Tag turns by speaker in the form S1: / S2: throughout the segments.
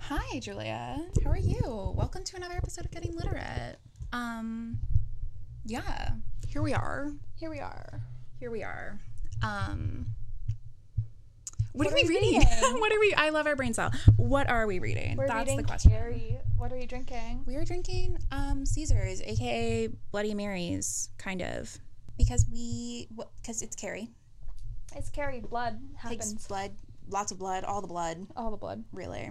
S1: Hi, Julia. How are you? Welcome to another episode of Getting Literate. Um, yeah, here we are.
S2: Here we are.
S1: Here we are. Um, what,
S2: What
S1: are
S2: are
S1: we
S2: we
S1: reading?
S2: reading?
S1: what are we? I love our brain cell. What are we reading?
S2: We're
S1: That's
S2: reading
S1: the question.
S2: Carrie. What are you drinking?
S1: We are drinking um Caesars, aka Bloody Marys, kind of, because we because it's Carrie
S2: It's Carrie. Blood happens.
S1: takes blood, lots of blood, all the blood,
S2: All the blood.
S1: really.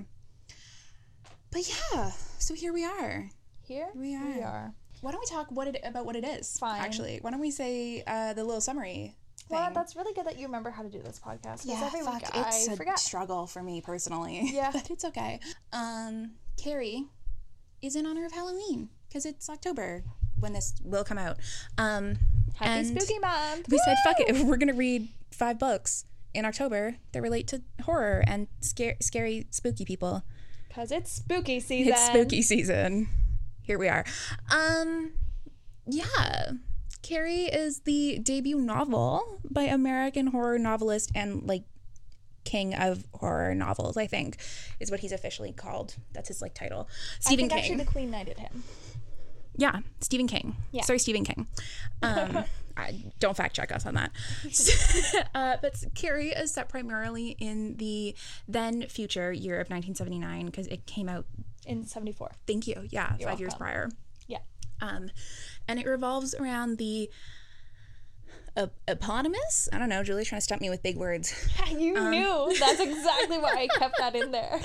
S1: But yeah, so here we are.
S2: Here
S1: We
S2: We
S1: are.
S2: are.
S1: Why don't we talk what it about what it is?
S2: Fine.
S1: Actually, why don't we say uh, the little summary? Thing?
S2: Well, that's really good that you remember how to do this podcast. 'cause
S1: yeah.
S2: every
S1: fuck,
S2: week
S1: it's
S2: I
S1: a
S2: forget.
S1: struggle for me personally.
S2: Yeah.
S1: but it's okay. Um, Carrie is in honor of Halloween because it's October when this will come out. Um,
S2: Happy
S1: and
S2: Spooky Month.
S1: we said fuck
S2: Woo!
S1: it. We're gonna read five books in October that relate to horror and scary, scary, spooky people.
S2: Cause it's spooky season.
S1: It's spooky season. Here we are. Um yeah. Carrie is the debut novel by American horror novelist and like king of horror novels, I think, is what he's officially called. That's his like title.
S2: I
S1: Stephen
S2: think
S1: King.
S2: actually the Queen knighted him.
S1: yeah, Stephen King.
S2: Yeah.
S1: Sorry, Stephen King. Um I, don't fact check us on that. uh, but Carrie is set primarily in the then future year of 1979 because it came out
S2: In seventy four.
S1: Thank you. Yeah, five years
S2: welcome.
S1: prior.
S2: Yeah.
S1: Um, and it revolves around the ep- eponymous. I don't know. Julie's trying to stump me with big words.
S2: you
S1: Um.
S2: knew. That's exactly why I kept that in there.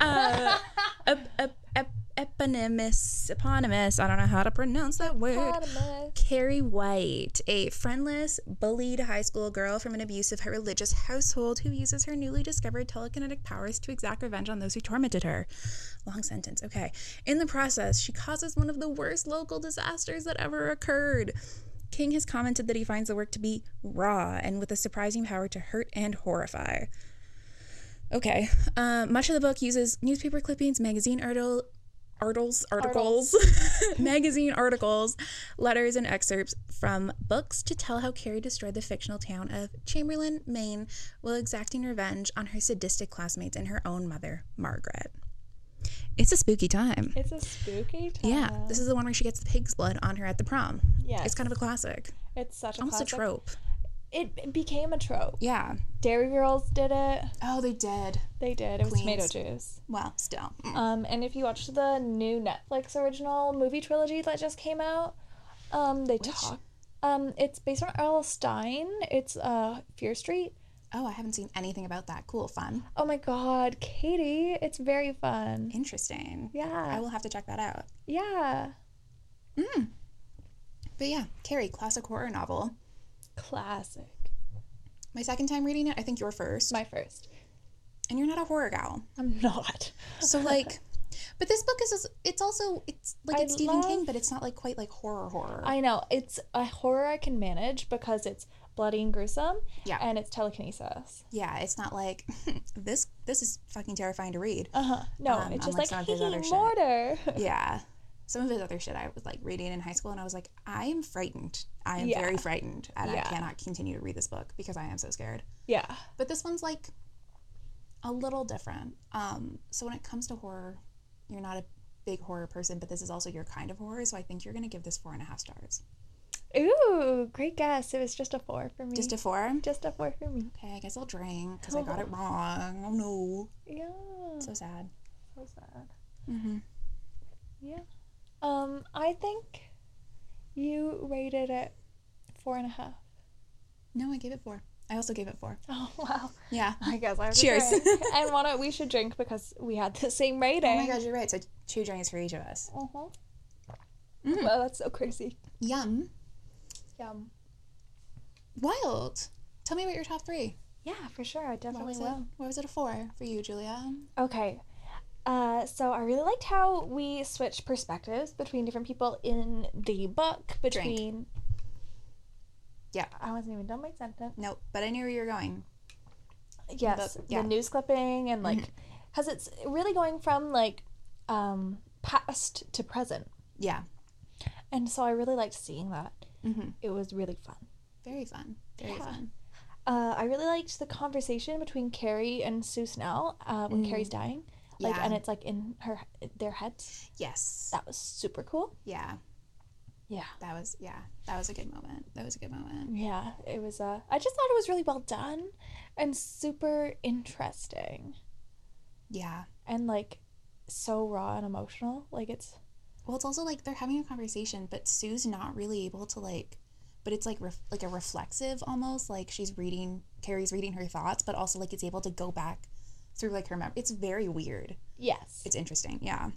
S1: Uh, ep- ep- ep- eponymous, eponymous. I don't know how to pronounce that word.
S2: Potamus.
S1: Carrie White, a friendless, bullied high school girl from an abusive religious household who uses her newly discovered telekinetic powers to exact revenge on those who tormented her. Long sentence, okay. In the process, she causes one of the worst local disasters that ever occurred. King has commented that he finds the work to be raw and with a surprising power to hurt and horrify. Okay. Uh, much of the book uses newspaper clippings, magazine article, artles, articles, magazine articles, letters, and excerpts from books to tell how Carrie destroyed the fictional town of Chamberlain, Maine, while exacting revenge on her sadistic classmates and her own mother, Margaret. It's a spooky time.
S2: It's a spooky time.
S1: Yeah, this is the one where she gets the pig's blood on her at the prom.
S2: Yes.
S1: It's kind of a classic,
S2: It's such a
S1: almost
S2: classic.
S1: a trope.
S2: It it became a trope.
S1: Yeah.
S2: Dairy Girls did it.
S1: Oh, they did.
S2: They did. It was tomato
S1: Queens.
S2: juice.
S1: Well, still. Mm.
S2: Um, and if you watch the new Netflix original movie trilogy that just came out, um, they talk. Um, it's based on L. Stein. It's uh, Fear Street.
S1: Oh, I haven't seen anything about that. Cool, fun,
S2: Oh my God, Katie, it's very fun.
S1: interesting. I
S2: Yeah,
S1: will have to check that out.
S2: yeah,
S1: But yeah, Carrie, classic horror novel.
S2: classic.
S1: My second time reading it, I think you're first.
S2: My first.
S1: and you're not a horror gal.
S2: I'm not.
S1: So like but this book is it's also it's like
S2: I
S1: it's Stephen King,
S2: love-
S1: but it's not like quite like horror horror.
S2: I know it's a horror I can manage because it's bloody and gruesome.
S1: Yeah.
S2: and it's telekinesis.
S1: yeah, it's not like this this is fucking terrifying to read.
S2: Uh huh. No,
S1: Um,
S2: it's just like
S1: unlike some of
S2: hee
S1: his other
S2: hee
S1: shit.
S2: mortar.
S1: yeah. Some of his other shit I was like reading in high school and I was like, I am frightened. I am
S2: Yeah.
S1: very frightened and I
S2: Yeah.
S1: cannot continue to read this book because I am so scared.
S2: yeah,
S1: But this one's like a little different. Um, so when it comes to horror, you're not a big horror person, but this is also your kind of horror. So I think you're gonna give this four and a half stars.
S2: Ooh, great guess. It was just a four for me.
S1: Just a four.
S2: just a four for me.
S1: Okay, I guess I'll drink because I got it wrong. Oh no,
S2: Yeah.
S1: so sad.
S2: So sad.
S1: Mm-hmm.
S2: Yeah. Um, I think you rated it four and a half.
S1: No, I gave it four. I also gave it four.
S2: Oh wow.
S1: Yeah.
S2: I guess I have to
S1: Cheers.
S2: drink. and why don't we should drink because we had the same rating.
S1: Oh my god, you're right. So two drinks for each of us.
S2: Uh-huh.
S1: Mm.
S2: Wow, Mm-hmm. Oh, that's so crazy.
S1: Yum.
S2: Yum.
S1: Wild. Tell me about your top three.
S2: Yeah, for sure. I
S1: Why
S2: definitely
S1: was it?
S2: will.
S1: Why was it a four for you, Julia?
S2: Okay. Uh, so I really liked how we switched perspectives between different people in the book. Between.
S1: Yeah.
S2: I wasn't even done my sentence.
S1: Nope, but I knew where you were going.
S2: yes
S1: yeah.
S2: the news clipping and like because it's really going from like um past to present
S1: Yeah.
S2: and so i really liked seeing that
S1: Mm-hmm.
S2: it was really fun
S1: Very fun. Very
S2: Yeah.
S1: fun.
S2: uh, i really liked the conversation between carrie and sue snell uh, when carrie's dying like
S1: Mm. Yeah.
S2: and it's like in her their heads.
S1: Yes.
S2: That was super cool.
S1: yeah.
S2: Yeah.
S1: That was yeah. That was a good moment. That was a good moment.
S2: Yeah, it was uh I just thought it was really well done and super interesting
S1: Yeah.
S2: and like so raw and emotional. Like it's
S1: Well, it's also like they're having a conversation, but Sue's not really able to like. But it's like ref- like a reflexive almost like she's reading Carrie's reading her thoughts, but also like it's able to go back through like her memory. It's very weird.
S2: yes.
S1: It's interesting. Yeah.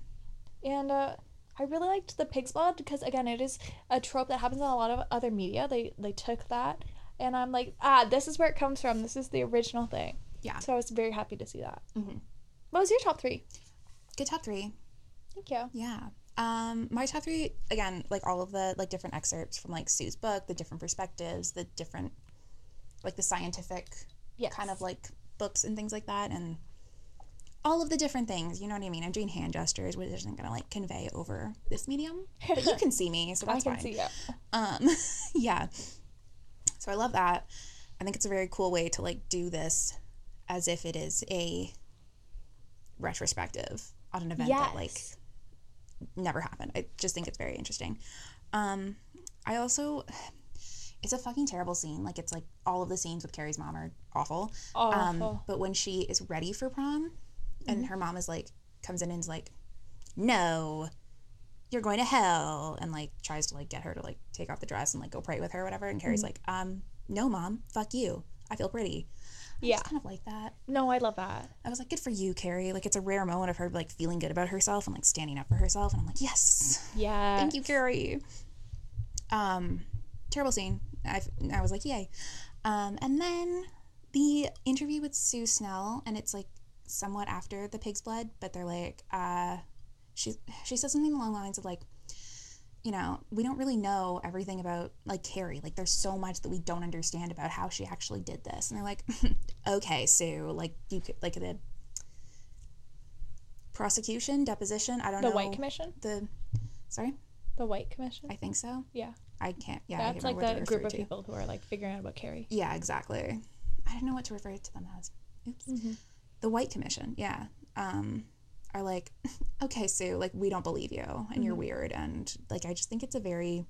S2: And uh I really liked the pig's blood because again it is a trope that happens in a lot of other media. They they took that and I'm like, ah, this is where it comes from. This is the original thing.
S1: Yeah.
S2: So I was very happy to see that.
S1: Mhm.
S2: What was your top three?
S1: Good top three.
S2: Thank you.
S1: Yeah. Um, my top three again, like all of the like different excerpts from like Sue's book, the different perspectives, the different like the scientific
S2: Yes.
S1: kind of like books and things like that, and all of the different things. You know what I mean? I'm doing hand gestures, which isn't gonna like convey over this medium, but you can see me, so
S2: I
S1: that's
S2: can
S1: fine.
S2: see you.
S1: Um, yeah. So I love that. I think it's a very cool way to like do this as if it is a retrospective on an event that like
S2: Yes.
S1: never happened. I just think it's very interesting. Um, I also, it's a fucking terrible scene. Like it's like all of the scenes with Carrie's mom are awful. Um,
S2: Awful.
S1: but when she is ready for prom, and her mom is like comes in and is like, "No, you're going to hell," and like tries to like get her to like take off the dress and like go pray with her or whatever. And Carrie's like, "Um, no, mom, fuck you. I feel pretty." I
S2: Yeah.
S1: just kind of like that.
S2: No, I love that.
S1: I was like, "Good for you, Carrie." Like it's a rare moment of her like feeling good about herself and like standing up for herself. And I'm like, "Yes."
S2: Yeah.
S1: Thank you, Carrie. Um, terrible scene. I, I was like, yay. Um, and then the interview with Sue Snell, and it's like somewhat after the pig's blood, but they're like, uh, she she says something along the lines of like, you know, we don't really know everything about like Carrie. Like, there's so much that we don't understand about how she actually did this. And they're like, okay, Sue, like you could like the prosecution deposition. I don't
S2: The
S1: know
S2: White Commission?
S1: the sorry.
S2: The White Commission?
S1: I think so.
S2: yeah.
S1: I can't. Yeah,
S2: That's
S1: I can't
S2: like
S1: remember what
S2: the
S1: they
S2: group
S1: refer
S2: of
S1: to.
S2: people who are like figuring out about Carrie.
S1: Yeah, exactly. I don't know what to refer to them as. Oops.
S2: Mm-hmm.
S1: The White Commission. Yeah. Um, are like, okay, Sue, like we don't believe you, and you're
S2: Mm-hmm.
S1: weird, and like I just think it's a very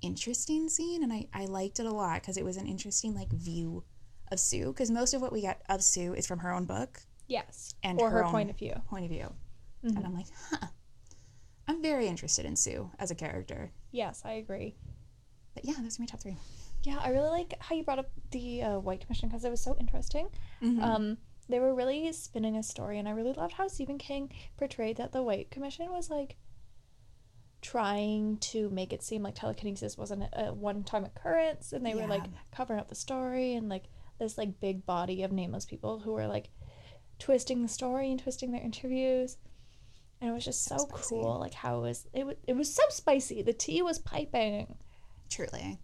S1: interesting scene, and I I liked it a lot because it was an interesting like view of Sue because most of what we get of Sue is from her own book
S2: Yes.
S1: And
S2: or
S1: her
S2: her,
S1: own-
S2: point of Mm-hmm. view.
S1: point of view, and I'm like, huh. I'm very interested in Sue as a character,
S2: Yes, I agree.
S1: but yeah, those are my top three.
S2: Yeah, I really like how you brought up the uh, White Commission because it was so interesting.
S1: Mm-hmm.
S2: Um, they were really spinning a story, and I really loved how Stephen King portrayed that the White Commission was like trying to make it seem like telekinesis wasn't a one-time occurrence, and they
S1: Yeah.
S2: were like covering up the story and like this like big body of nameless people who were like twisting the story and twisting their interviews. And it was just so,
S1: spicy.
S2: cool, like how it was it was it was so spicy. The tea was piping.
S1: Truly.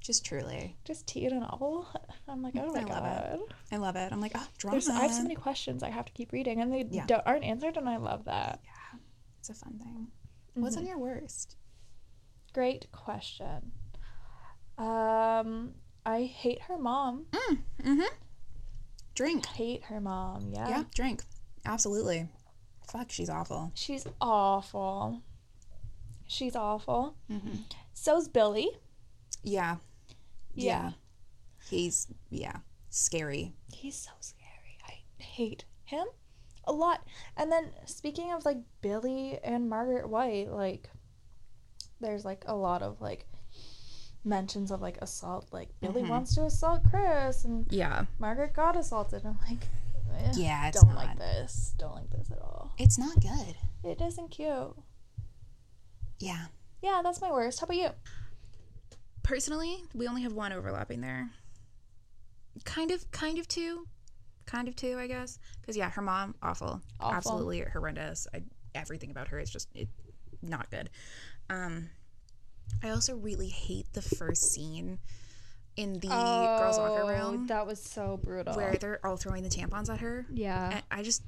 S1: Just truly.
S2: just tea in a novel. I'm like, oh my
S1: Mm, I love
S2: god.
S1: it. I love it. I'm like, oh, drama.
S2: There's, I have so many questions I have to keep reading, and they
S1: Yeah.
S2: don't, aren't answered, and I love that.
S1: yeah, it's a fun thing. What's
S2: Mm-hmm.
S1: on your worst?
S2: Great question. Um, I hate her mom.
S1: Mm-hmm. Drink.
S2: Hate her mom. Yeah.
S1: Yeah, drink. Absolutely. Fuck, she's awful.
S2: She's awful. She's awful.
S1: Mhm.
S2: So's Billy.
S1: Yeah.
S2: Yeah.
S1: He's, yeah, scary.
S2: He's so scary. I hate him a lot. And then speaking of like Billy and Margaret White, like there's like a lot of like mentions of like assault. Like Billy
S1: Mhm.
S2: wants to assault Chris and
S1: Yeah.
S2: Margaret got assaulted. I'm like, eh,
S1: Yeah, it's
S2: don't
S1: not.
S2: like this. Don't like this at all.
S1: It's not good.
S2: It isn't cute.
S1: Yeah.
S2: Yeah, that's my worst. How about you?
S1: Personally, we only have one overlapping there. Kind of, kind of two. Kind of two, I guess. Because, yeah, her mom, awful.
S2: Awful.
S1: Absolutely horrendous. I, everything about her is just it, not good. Um, I also really hate the first scene in the girls' locker
S2: Oh,
S1: room
S2: That was so brutal.
S1: where they're all throwing the tampons at her.
S2: yeah.
S1: I, I just,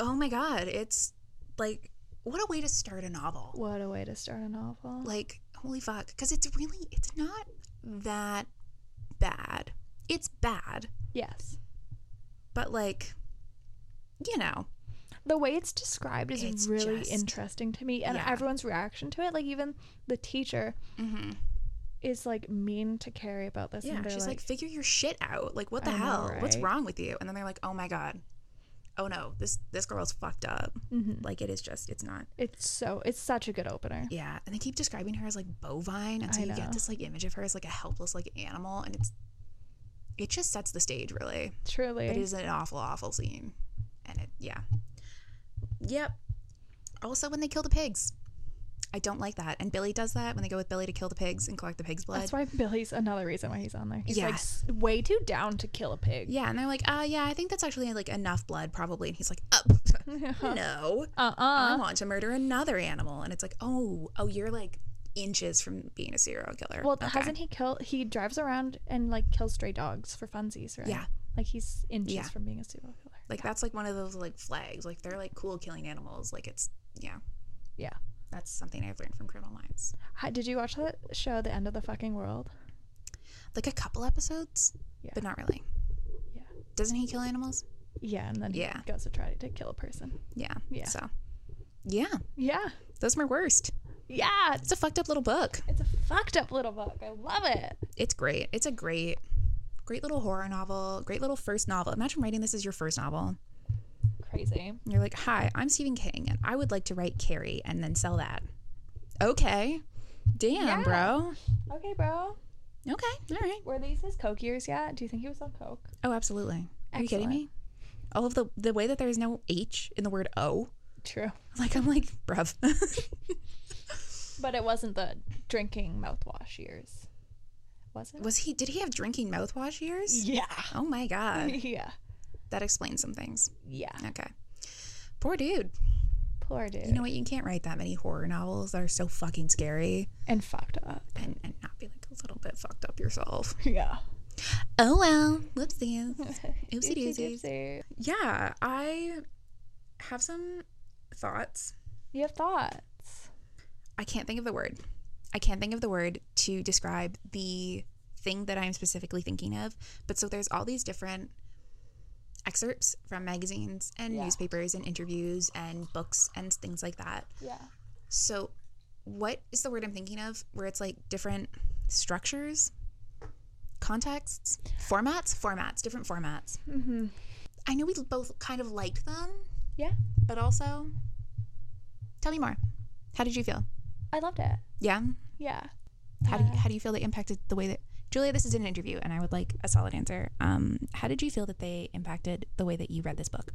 S1: oh my God, it's like, what a way to start a novel
S2: What a way to start a novel.
S1: like holy fuck because it's really it's not that bad it's bad
S2: Yes.
S1: but like you know
S2: the way it's described is
S1: It's
S2: really
S1: just-
S2: interesting to me and
S1: Yeah.
S2: everyone's reaction to it like even the teacher
S1: Mm-hmm.
S2: is like mean to carrie about this
S1: Yeah,
S2: and they're
S1: she's like,
S2: like,
S1: figure your shit out. Like, what the
S2: I know,
S1: hell? What's
S2: right?
S1: wrong with you? And then they're like, oh my god, oh no, this this girl's fucked up.
S2: Mhm.
S1: Like, it is just, it's not.
S2: it's so it's such a good opener
S1: Yeah, and they keep describing her as like bovine, and so
S2: I
S1: you get
S2: know.
S1: this like image of her as like a helpless like animal, and it's it just sets the stage really.
S2: truly
S1: But it is an awful, awful scene, and it yeah, yep. Also, when they kill the pigs, I don't like that. And Billy does that when they go with Billy to kill the pigs and collect the pig's blood.
S2: that's why billy's another reason why he's on there he's like
S1: Yes.
S2: s- way too down to kill a pig
S1: Yeah, and they're like, uh, yeah, I think that's actually like enough blood probably. And he's like, up, no, I
S2: uh-uh
S1: want to murder another animal. And it's like, oh, oh, you're like inches from being a serial killer.
S2: well
S1: Okay.
S2: hasn't he killed he drives around and like kills stray dogs for funsies right
S1: Yeah.
S2: like he's inches
S1: Yeah.
S2: from being a serial killer
S1: Like that's like one of those like flags. Like they're like cool killing animals. Like it's yeah,
S2: Yeah.
S1: That's something I've learned from Criminal Minds.
S2: Hi- did you watch that show the end of the fucking world
S1: Like a couple episodes,
S2: Yeah.
S1: but not really.
S2: Yeah.
S1: Doesn't he kill animals?
S2: yeah and then
S1: Yeah.
S2: he goes to try to kill a person
S1: Yeah.
S2: Yeah.
S1: So, yeah,
S2: yeah
S1: those are my worst.
S2: yeah
S1: It's a fucked up little book.
S2: It's a fucked up little book. I love it.
S1: it's great. It's a great, great little horror novel. Great little first novel. Imagine writing this as your first novel.
S2: Crazy.
S1: And You're like, hi, I'm Stephen King, and I would like to write Carrie, and then sell that. Okay, damn,
S2: Yeah.
S1: bro.
S2: Okay, bro.
S1: Okay, all right.
S2: Were these his coke years yet? Do you think he was on coke?
S1: Oh, absolutely. Are you kidding
S2: Excellent.
S1: me? All of the the way that there is no H in the word O,
S2: True.
S1: like I'm like, bruv.
S2: But it wasn't the drinking mouthwash years. Was it?
S1: Was he? Did he have drinking mouthwash years?
S2: yeah.
S1: Oh my god,
S2: yeah.
S1: that explains some things.
S2: Yeah.
S1: Okay, poor dude.
S2: Poor dude.
S1: You know what? You can't write that many horror novels that are so fucking scary.
S2: and fucked up.
S1: and, and not be like a little bit fucked up yourself.
S2: Yeah.
S1: Oh well, whoopsies. Oopsie
S2: Oopsie
S1: doopsies.
S2: doopsie.
S1: Yeah, I have some thoughts.
S2: You have thoughts.
S1: I can't think of the word. I can't think of the word to describe the thing that I'm specifically thinking of. But so there's all these different excerpts from magazines and
S2: Yeah.
S1: newspapers and interviews and books and things like that.
S2: Yeah.
S1: So, what is the word I'm thinking of where it's like different structures, contexts, formats, formats, different formats?
S2: Mm-hmm.
S1: I know we both kind of liked them.
S2: Yeah.
S1: But also, tell me more. How did you feel?
S2: I loved it.
S1: Yeah.
S2: Yeah.
S1: How do you,
S2: Uh,
S1: how do you feel they impacted the way that Julia? This is an interview, and I would like a solid answer. Um, how did you feel that they impacted the way that you read this book?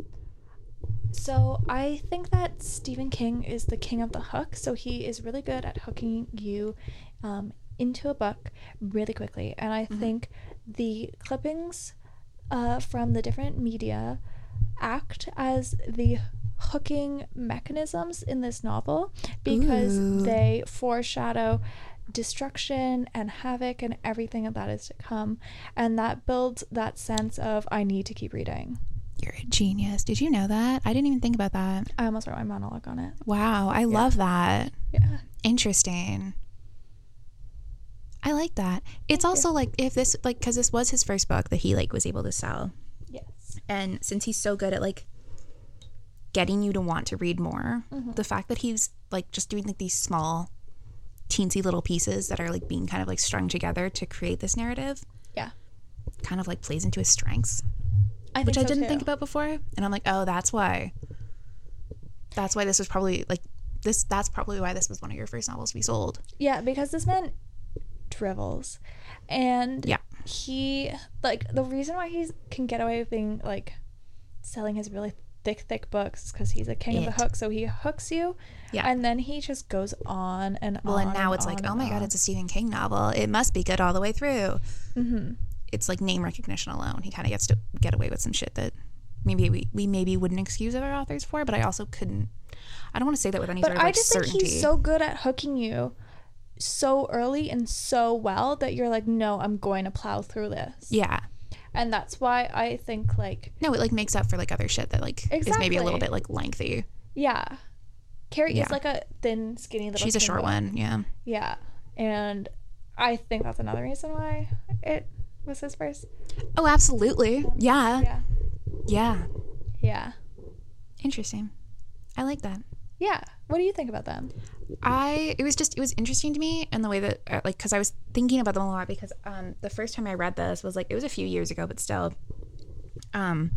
S2: So I think that Stephen King is the king of the hook. So he is really good at hooking you um, into a book really quickly. And I think the clippings uh, from the different media act as the hooking mechanisms in this novel because
S1: Ooh.
S2: they foreshadow destruction and havoc and everything that is to come and that builds that sense of i need to keep reading
S1: You're a genius. Did you know that? I didn't even think about that.
S2: i almost wrote my monologue on it
S1: Wow, I love that.
S2: yeah
S1: Interesting. I like that. It's also like if this like cuz this was his first book that he like was able to sell.
S2: Yes.
S1: And since he's so good at like getting you to want to read more,
S2: Mm-hmm.
S1: the fact that he's like just doing like these small teensy little pieces that are like being kind of like strung together to create this narrative
S2: Yeah.
S1: kind of like plays into his strengths,
S2: I
S1: which I
S2: think so,
S1: didn't think
S2: too.
S1: about before. And I'm like, "Oh, that's why." That's why this was probably like this that's probably why this was one of your first novels to be sold.
S2: Yeah, because this man drivels. And
S1: Yeah.
S2: he like the reason why he can get away with being like selling his really thick, thick books is because he's a king of
S1: It.
S2: the hook. So he hooks you.
S1: Yeah.
S2: And then he just goes on and
S1: Well,
S2: on.
S1: and now it's like, oh my god, it's a Stephen King novel. It must be good all the way through.
S2: Mm-hmm.
S1: It's like name recognition alone. He kind of gets to get away with some shit that maybe we, we maybe wouldn't excuse other authors for, but I also couldn't. I don't want to say that with any
S2: But
S1: sort of
S2: I
S1: like
S2: just
S1: certainty.
S2: think he's so good at hooking you so early and so well that you're like, no, I'm going to plow through this.
S1: yeah.
S2: And that's why I think like
S1: No, it like makes up for like other shit that like is maybe a little
S2: Exactly.
S1: bit like lengthy.
S2: Yeah. Carrie
S1: Yeah.
S2: is like a thin, skinny little.
S1: She's a
S2: thing
S1: short
S2: girl.
S1: one. Yeah.
S2: Yeah, and I think that's another reason why it was his first.
S1: Oh, absolutely. Yeah.
S2: Yeah,
S1: Yeah.
S2: yeah.
S1: Interesting. I like that.
S2: Yeah. What do you think about them?
S1: I it was just it was interesting to me and the way that uh, like because I was thinking about them a lot because um the first time I read this was like it was a few years ago but still um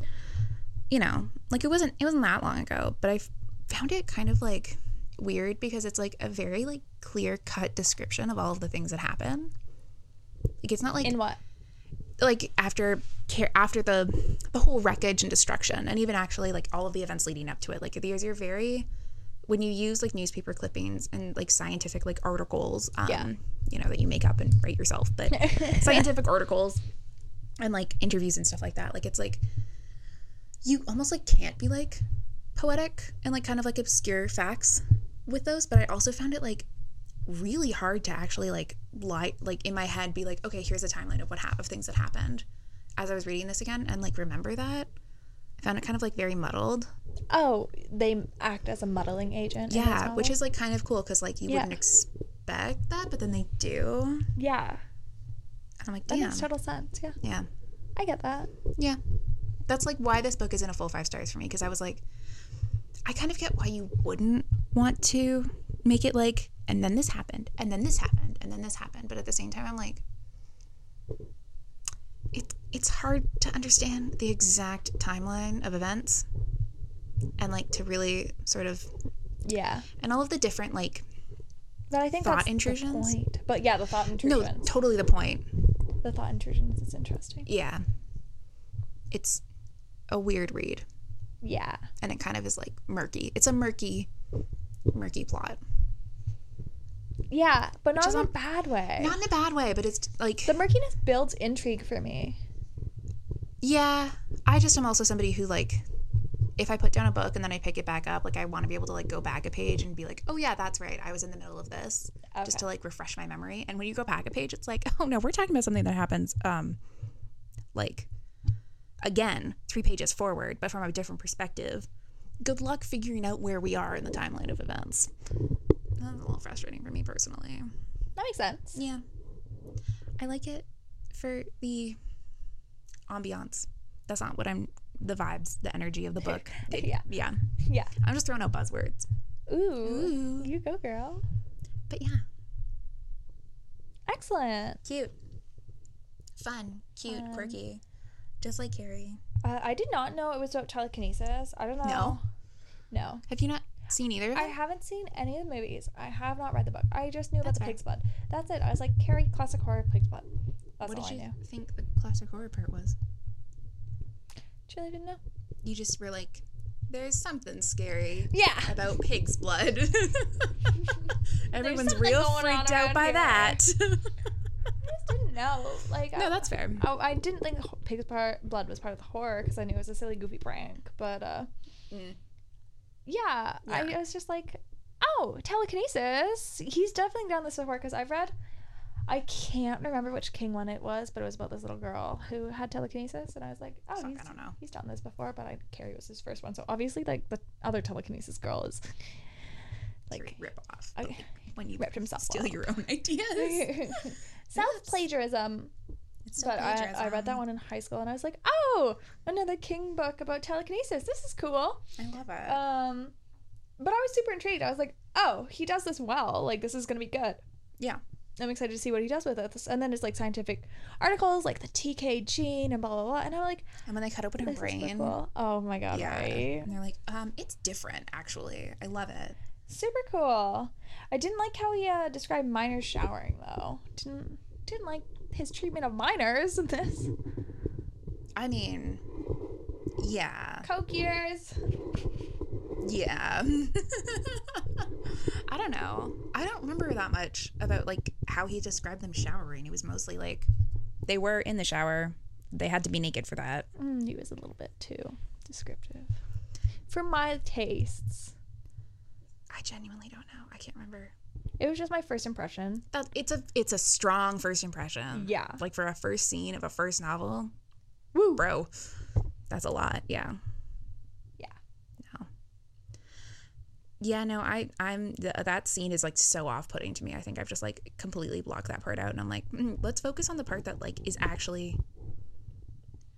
S1: you know like it wasn't it wasn't that long ago but I f- found it kind of like weird because it's like a very like clear cut description of all of the things that happen like it's not like
S2: In what?
S1: like after care after the the whole wreckage and destruction and even actually like all of the events leading up to it like these are very when you use like newspaper clippings and like scientific like articles um
S2: Yeah.
S1: you know that you make up and write yourself but scientific articles and like interviews and stuff like that like it's like you almost like can't be like poetic and like kind of like obscure facts with those but i also found it like really hard to actually like lie like in my head be like okay here's a timeline of what hap- of things that happened as i was reading this again and like remember that i found it kind of like very muddled
S2: Oh, they act as a muddling agent. in this
S1: yeah which
S2: novel?
S1: is like kind of cool because like you
S2: Yeah.
S1: wouldn't expect that but then they do and
S2: yeah.
S1: i'm like
S2: That
S1: damn
S2: makes total sense. Yeah.
S1: yeah
S2: I get that.
S1: yeah that's like why this book isn't a full five stars for me because i was like i kind of get why you wouldn't want to make it like and then this happened and then this happened and then this happened but at the same time i'm like it, it's hard to understand the exact timeline of events and like to really sort of
S2: Yeah.
S1: and all of the different like
S2: But I think
S1: Thought
S2: that's
S1: intrusions?
S2: The point. But yeah, the thought
S1: no
S2: intrusions.
S1: totally the point
S2: The thought intrusions is interesting.
S1: yeah it's a weird read
S2: Yeah.
S1: and it kind of is like murky it's a murky murky plot
S2: Yeah, but not
S1: is
S2: in a
S1: un-
S2: bad way.
S1: not in a bad way but it's like
S2: the murkiness builds intrigue for me.
S1: yeah i just am also somebody who like if i put down a book and then i pick it back up like i want to be able to like go back a page and be like oh yeah that's right i was in the middle of this just to like refresh my memory and when you go back a page it's like oh no we're talking about something that happens um like again three pages forward but from a different perspective good luck figuring out where we are in the timeline of events that's a little frustrating for me personally
S2: That makes sense.
S1: Yeah. I like it for the ambiance. That's not what I'm the vibes, the energy of the book. It-
S2: Yeah.
S1: Yeah.
S2: Yeah.
S1: I'm just throwing out buzzwords.
S2: Ooh,
S1: Ooh.
S2: You go, girl.
S1: But yeah,
S2: Excellent.
S1: cute. Fun, cute,
S2: Fun.
S1: quirky. Just like Carrie.
S2: Uh, I did not know it was about telekinesis. I don't know.
S1: No?
S2: No.
S1: Have you not seen either of
S2: I
S1: them?
S2: haven't seen any of the movies. I have not read the book. I just knew about
S1: That's
S2: the
S1: fair.
S2: pig's blood. That's it. I was like, Carrie, classic horror, pig's blood. That's
S1: what
S2: all
S1: did
S2: I
S1: you
S2: knew.
S1: think the classic horror part was?
S2: Truly didn't know.
S1: You just were like, there's something scary
S2: Yeah.
S1: about pig's blood. Everyone's
S2: something
S1: real
S2: going on
S1: freaked out
S2: around
S1: by
S2: here.
S1: that.
S2: I just didn't know. Like, I-
S1: no, that's fair.
S2: Oh, I didn't think the ho- pig's part, blood was part of the horror because I knew it was a silly, goofy prank. But uh,
S1: Mm.
S2: yeah, I,
S1: Yeah.
S2: I was just like, oh, telekinesis. He's definitely done this before because I've read. I can't remember which King one it was, but it was about this little girl who had telekinesis, and I was like, oh,
S1: Fuck,
S2: he's,
S1: I don't know.
S2: he's done this before. But I Carrie was his first one, so obviously, like the other telekinesis girl is like
S1: like rip off
S2: I-
S1: like, when you
S2: ripped himself
S1: steal
S2: off.
S1: your own ideas.
S2: self plagiarism.
S1: It's Um, still
S2: But I, I read
S1: plagiarism.
S2: that one in high school and I was like, oh, another King book about telekinesis. This is cool.
S1: I love it.
S2: Um, but I was super intrigued. I was like, oh, he does this well. Like, this is going to be good.
S1: Yeah.
S2: I'm excited to see what he does with it. And then it's like scientific articles like the TK gene and blah, blah, blah. And I'm like,
S1: and when they cut open her
S2: this is so
S1: brain,
S2: cool. Oh my God.
S1: yeah,
S2: right?
S1: and they're like, um, it's different actually. I love it.
S2: Super cool. I didn't like how he uh, described minors showering, though. Didn't, didn't like his treatment of minors in this.
S1: I mean, yeah,
S2: Coke years.
S1: yeah. I don't know. I don't remember that much about like how he described them showering. It was mostly like they were in the shower. They had to be naked for that.
S2: Mm, he was a little bit too descriptive for my tastes.
S1: I genuinely don't know. I can't remember.
S2: It was just my first impression.
S1: That it's a it's a strong first impression.
S2: Yeah.
S1: like for a first scene of a first novel,
S2: Woo.
S1: bro, that's a lot. Yeah.
S2: Yeah.
S1: No. Yeah, no, I I'm th- that scene is like so off-putting to me. I think I've just like completely blocked that part out and I'm like, mm, let's focus on the part that like is actually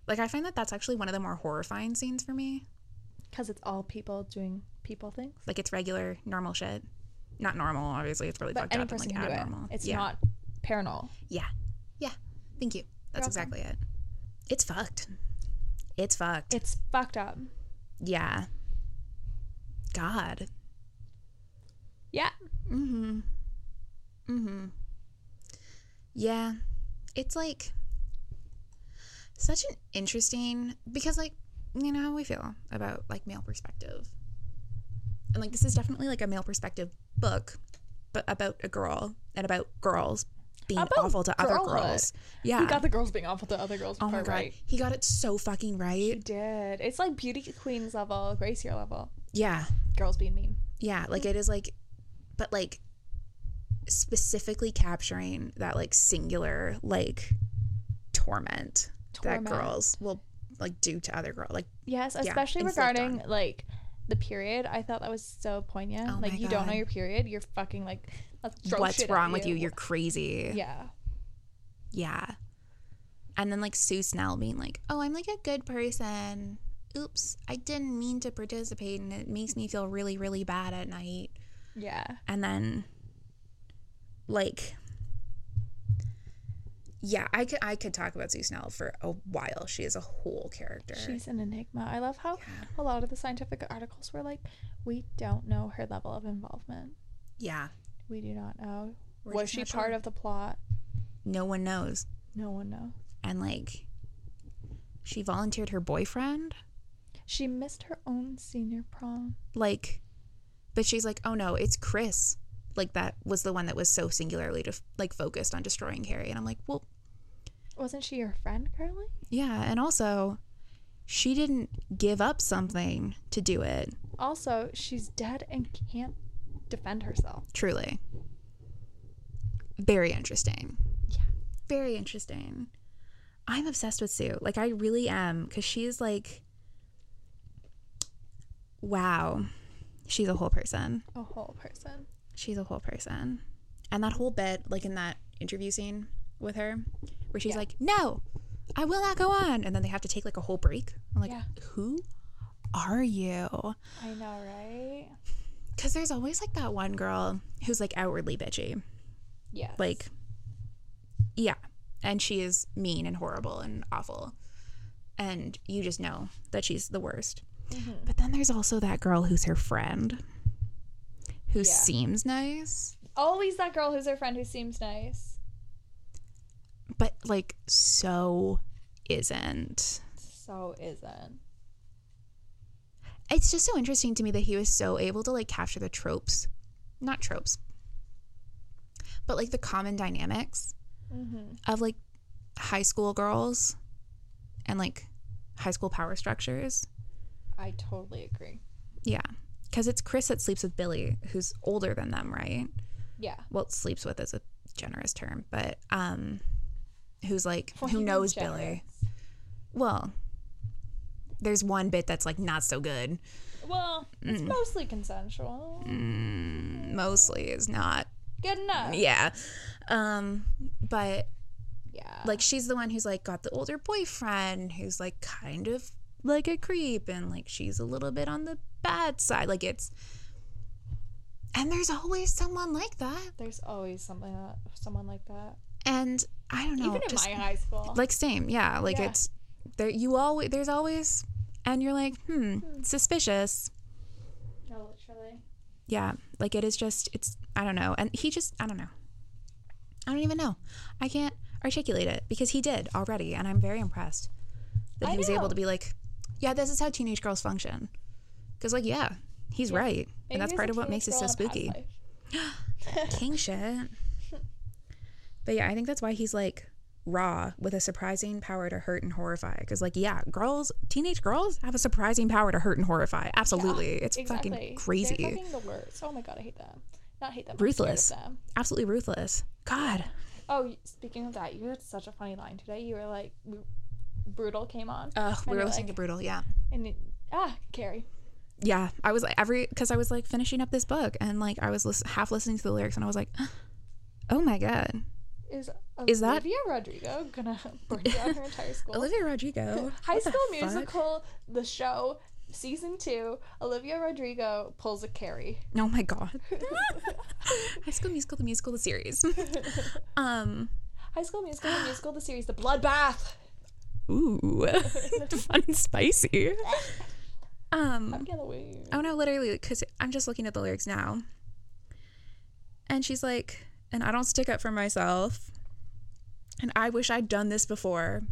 S1: like I find that that's actually one of the more horrifying scenes for me.
S2: because it's all people doing people things.
S1: Like it's regular, normal shit. Not normal, obviously. It's really
S2: But
S1: fucked
S2: any
S1: up. and,
S2: person
S1: like
S2: can do
S1: abnormal.
S2: it. It's
S1: yeah.
S2: not paranormal.
S1: Yeah. Yeah. Thank you. That's
S2: welcome.
S1: exactly it. It's fucked. It's fucked.
S2: It's fucked up.
S1: yeah. God.
S2: Yeah.
S1: Mm-hmm. Mm-hmm. Yeah. It's like such an interesting because like, you know how we feel about like male perspective. And like this is definitely like a male perspective book, but about a girl and about girls being
S2: About
S1: awful to other
S2: girlhood.
S1: girls. Yeah.
S2: He got the girls being awful to other girls.
S1: Oh my
S2: part
S1: god,
S2: right.
S1: he got it so fucking
S2: He
S1: right.
S2: did. It's like beauty queens level, Gracier level.
S1: Yeah,
S2: Girls being mean.
S1: yeah.
S2: Mm-hmm.
S1: Like it is like, but like specifically capturing that like singular like torment,
S2: Torment.
S1: that girls will like do to other girls. Like
S2: Yes,
S1: Yeah,
S2: especially
S1: inflict on.
S2: regarding like the period. I thought that was so poignant.
S1: Oh
S2: like
S1: my
S2: you don't know
S1: God.
S2: your period. You're fucking like let's throw
S1: what's
S2: shit at
S1: wrong with you? You're crazy.
S2: yeah.
S1: Yeah. And then like Sue Snell being like, "Oh, I'm like a good person. Oops, I didn't mean to participate, and it makes me feel really, really bad at night."
S2: Yeah.
S1: and then like yeah i could i could talk about Snell for a while she is a whole character
S2: She's an enigma. I love how
S1: Yeah.
S2: a lot of the scientific articles were like, we don't know her level of involvement.
S1: yeah
S2: We do not know.
S1: We're
S2: was
S1: just
S2: she
S1: not
S2: part
S1: sure.
S2: of the plot?
S1: no one knows
S2: No one knows.
S1: and like she volunteered her boyfriend
S2: She missed her own senior prom.
S1: like but she's like oh no it's chris like that was the one that was so singularly def- like focused on destroying harry and i'm like well
S2: Wasn't she your friend currently?
S1: yeah and also she didn't give up something to do it
S2: Also, she's dead and can't defend herself.
S1: Truly. Very interesting.
S2: Yeah.
S1: Very interesting. I'm obsessed with Sue. Like, I really am. Because she's like, wow. She's a whole person.
S2: A whole person.
S1: She's a whole person. And that whole bit, like in that interview scene with her, where she's
S2: Yeah.
S1: like, no, I will not go on. And then they have to take like a whole break. I'm like,
S2: Yeah.
S1: who are you?
S2: I know, right?
S1: Because there's always like that one girl who's like outwardly bitchy.
S2: Yeah.
S1: like yeah and she is mean and horrible and awful and you just know that she's the worst but then there's also that girl who's her friend who
S2: Yeah.
S1: seems nice
S2: always that girl who's her friend who seems nice.
S1: but like so isn't
S2: So isn't.
S1: it's just so interesting to me that he was so able to like capture the tropes not tropes but like the common dynamics
S2: Mm-hmm.
S1: of like high school girls and like high school power structures
S2: I totally agree.
S1: Yeah. Because it's Chris that sleeps with Billy, who's older than them, right?
S2: Yeah.
S1: Well, sleeps with is a generous term, but um, who's like,
S2: Well,
S1: who
S2: he was
S1: knows
S2: generous.
S1: Billy? Well, there's one bit that's like not so good.
S2: Well, it's mostly consensual.
S1: Mostly is not.
S2: Good enough.
S1: Yeah. Um, but
S2: Yeah.
S1: like she's the one who's like got the older boyfriend who's like kind of like a creep and like she's a little bit on the bad side. Like it's. And there's always someone like that.
S2: there's always something that, someone like that.
S1: and I don't know,
S2: Even in
S1: just-
S2: my high school.
S1: like same, yeah, like
S2: Yeah.
S1: it's there. You always there's always, and you're like, hmm, suspicious,
S2: no, literally.
S1: yeah, like it is just it's I don't know, and he just I don't know, I don't even know, I can't articulate it because he did already, and I'm very impressed that
S2: I
S1: he was able
S2: know.
S1: to be like, yeah, this is how teenage girls function, because like yeah, he's right, and that's part of what makes it so spooky. king shit. But yeah, I think that's why he's like raw with a surprising power to hurt and horrify. Because like, yeah, girls, teenage girls have a surprising power to hurt and horrify. Absolutely, it's fucking crazy,
S2: They're fucking the worst. Oh my god, I hate them. Not hate them. I'm scared of
S1: Ruthless.
S2: them.
S1: absolutely ruthless. God,
S2: Oh, y- speaking of that, you had such a funny line today. You were like, w- brutal came on,
S1: Ugh,
S2: I
S1: we were
S2: know,
S1: listening
S2: like-
S1: to brutal. Yeah,
S2: and it, ah, Carrie.
S1: yeah. I was like every because I was like finishing up this book and like I was lis- half listening to the lyrics and I was like, oh my god,
S2: Is
S1: Is that-
S2: Olivia Rodrigo gonna burn down her entire school?
S1: Olivia Rodrigo,
S2: High
S1: What the
S2: School
S1: fuck?
S2: Musical, the show, season two, Olivia Rodrigo pulls a carry.
S1: Oh my god. High School Musical, the musical, the series. um,
S2: High School Musical, the musical, the series, the bloodbath.
S1: ooh, fun and spicy. Um,
S2: Halloween.
S1: oh no, literally, because I'm just looking at the lyrics now. And she's like, and I don't stick up for myself. And I wish I'd done this before.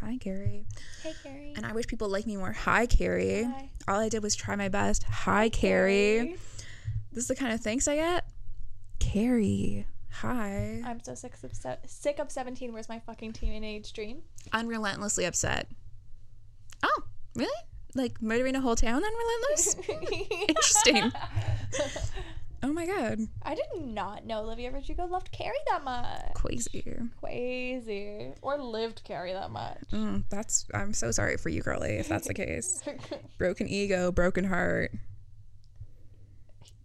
S1: Hi, Carrie.
S2: Hey, Carrie.
S1: And I wish people liked me more. Hi, Carrie.
S2: Hi.
S1: All I did was try my best. Hi, Carrie. This is the kind of thanks I get. Carrie. Hi.
S2: I'm so sick of se- sick of 17. Where's my fucking teenage dream?
S1: Unrelentlessly upset. Oh, really? Like murdering a whole town unrelentless? Interesting. oh my god.
S2: I did not know Olivia Rodrigo loved Carrie that much.
S1: Crazy.
S2: Crazy. Or lived Carrie that much.
S1: Mm, that's I'm so sorry for you, girly, if that's the case. Broken ego, broken heart.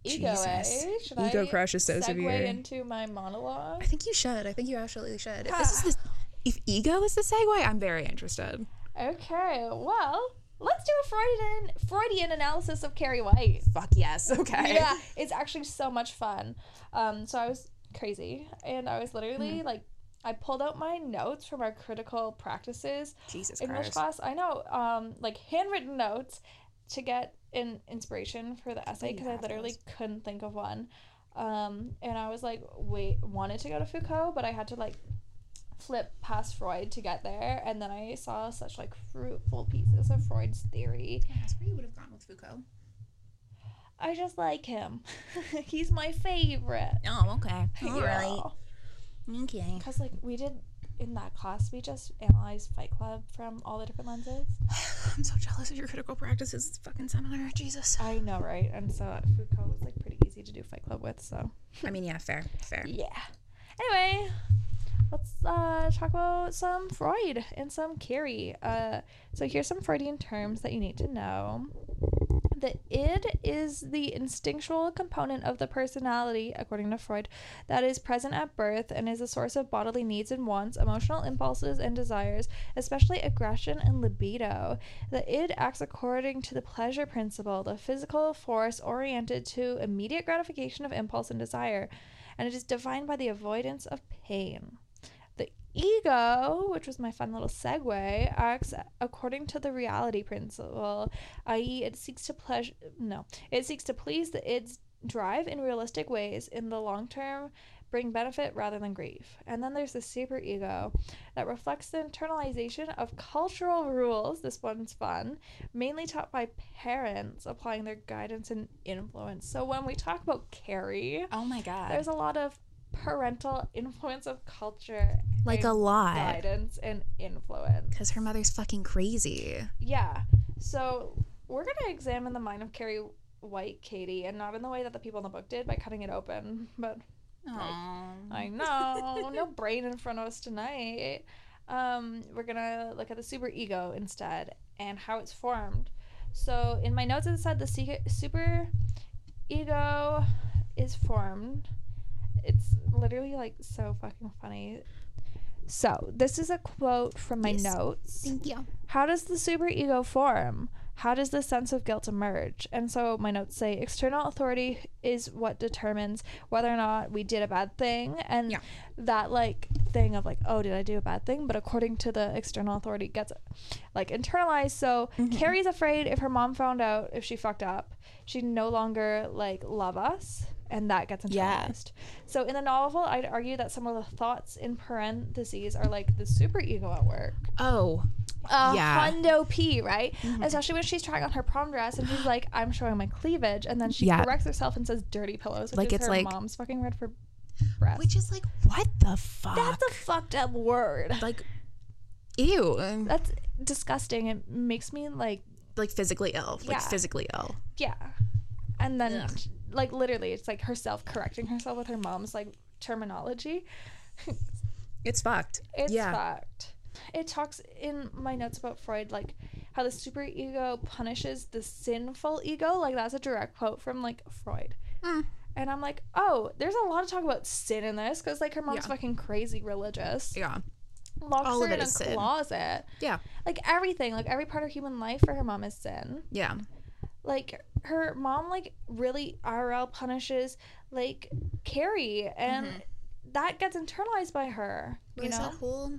S2: Ego, eh?
S1: Jesus.
S2: Should
S1: Ego
S2: I
S1: crush is so
S2: segue
S1: severe.
S2: into my monologue?
S1: I think you should. I think you absolutely should. If this is the if ego is the segue, I'm very interested.
S2: Okay, well, let's do a Freudian Freudian analysis of Carrie White.
S1: Fuck yes. Okay.
S2: Yeah, it's actually so much fun. Um, so I was crazy, and I was literally
S1: Mm-hmm.
S2: like, I pulled out my notes from our critical practices
S1: Jesus
S2: English
S1: Christ.
S2: class. I know, um, like handwritten notes to get an inspiration for the essay
S1: you
S2: because I
S1: have
S2: literally couldn't think of one. Um, and I was like, wait, wanted to go to Foucault, but I had to like flip past Freud to get there. And then I saw such like fruitful pieces of Freud's theory.
S1: That's where you would have gone with Foucault.
S2: I just like him. He's my favorite.
S1: Oh, okay. All right. Okay.
S2: Because, like, we did in that class, we just analyzed Fight Club from all the different lenses.
S1: I'm so jealous of your critical practices. It's fucking similar. Jesus.
S2: I know, right? And so Foucault was, like, pretty easy to do Fight Club with, so.
S1: I mean, yeah, fair, fair.
S2: Yeah. Anyway, let's uh, talk about some Freud and some Carrie. Uh, so here's some Freudian terms that you need to know. The id is the instinctual component of the personality, according to Freud, that is present at birth and is a source of bodily needs and wants, emotional impulses and desires, especially aggression and libido. The id acts according to the pleasure principle, the physical force oriented to immediate gratification of impulse and desire and it is defined by the avoidance of pain. The ego, which was my fun little segue, acts according to the reality principle, i.e., it seeks to pleasure. No, it seeks to please the id's drive in realistic ways in the long term. Bring benefit rather than grief. And then there's the superego that reflects the internalization of cultural rules. This one's fun, mainly taught by parents applying their guidance and influence. So when we talk about Carrie,
S1: Oh my god.
S2: there's a lot of parental influence of culture
S1: like a
S2: and
S1: lot.
S2: guidance and influence
S1: Because her mother's fucking crazy.
S2: yeah so we're gonna examine the mind of carrie white katie and not in the way that the people in the book did by cutting it open but i know no brain in front of us tonight um, we're gonna look at the super ego instead and how it's formed so in my notes it said the secret super ego is formed it's literally like so fucking funny so this is a quote from my
S1: Yes.
S2: notes
S1: you.
S2: how does the superego form? How does the sense of guilt emerge? And so my notes say external authority is what determines whether or not we did a bad thing. And
S1: Yeah.
S2: that like thing of like, oh, did I do a bad thing? But according to the external authority gets like internalized. So
S1: Mm-hmm.
S2: Carrie's afraid if her mom found out if she fucked up, she'd no longer like love us. And that gets internalized.
S1: Yeah.
S2: So in the novel, I'd argue that some of the thoughts in parentheses are like the superego at work
S1: Oh.
S2: a
S1: Yeah. Mm-hmm.
S2: hundo P, right? Especially when she's trying on her prom dress and she's like, I'm showing my cleavage. And then she
S1: Yeah.
S2: corrects herself and says dirty pillows, which
S1: Like,
S2: is
S1: it's
S2: her
S1: like-
S2: mom's fucking word for breast.
S1: Which is like, what the fuck?
S2: That's a fucked up word.
S1: like, ew. I'm,
S2: That's disgusting. It makes me like,
S1: like physically ill.
S2: Yeah.
S1: Like physically ill.
S2: yeah. And then,
S1: Ugh.
S2: like, literally, it's like herself correcting herself with her mom's like terminology.
S1: It's fucked.
S2: It's
S1: yeah.
S2: fucked. It talks in my notes about Freud, like how the superego punishes the sinful ego. Like that's a direct quote from like Freud.
S1: Mm.
S2: And I'm like, oh, there's a lot of talk about sin in this because like her mom's
S1: Yeah.
S2: fucking crazy religious.
S1: Yeah.
S2: locks
S1: All
S2: her
S1: of
S2: in
S1: it
S2: a
S1: is sin.
S2: closet.
S1: Yeah.
S2: Like everything, like every part of human life for her mom is sin.
S1: Yeah.
S2: Like her mom, like really RL punishes like Carrie, and
S1: Mm-hmm.
S2: that gets internalized by her.
S1: What
S2: you
S1: is
S2: know,
S1: that whole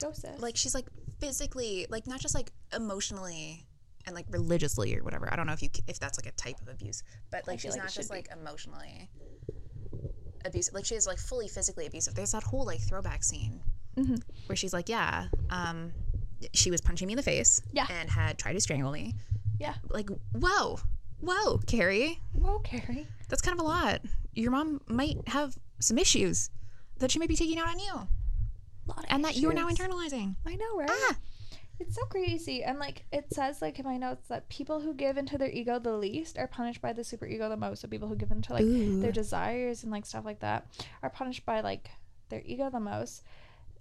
S2: go sis.
S1: like she's like physically like not just like emotionally and like religiously or whatever i don't know if you if that's like a type of abuse but like
S2: feel
S1: she's
S2: like it
S1: not
S2: should
S1: just
S2: be.
S1: like emotionally abusive like she is like fully physically abusive there's that whole like throwback scene
S2: Mhm.
S1: where she's like yeah um she was punching me in the face
S2: Yeah.
S1: and had tried to strangle me
S2: Yeah.
S1: like whoa whoa carrie
S2: whoa, Carrie.
S1: that's kind of a lot your mom might have some issues that she may be taking out on you
S2: Lot of
S1: and that you are now
S2: issues.
S1: internalizing
S2: I know, right?
S1: ah
S2: It's so crazy. And like it says like in my notes that people who give into their ego the least are punished by the superego the most. So people who give into like
S1: Ooh.
S2: their desires and like stuff like that are punished by like their ego the most.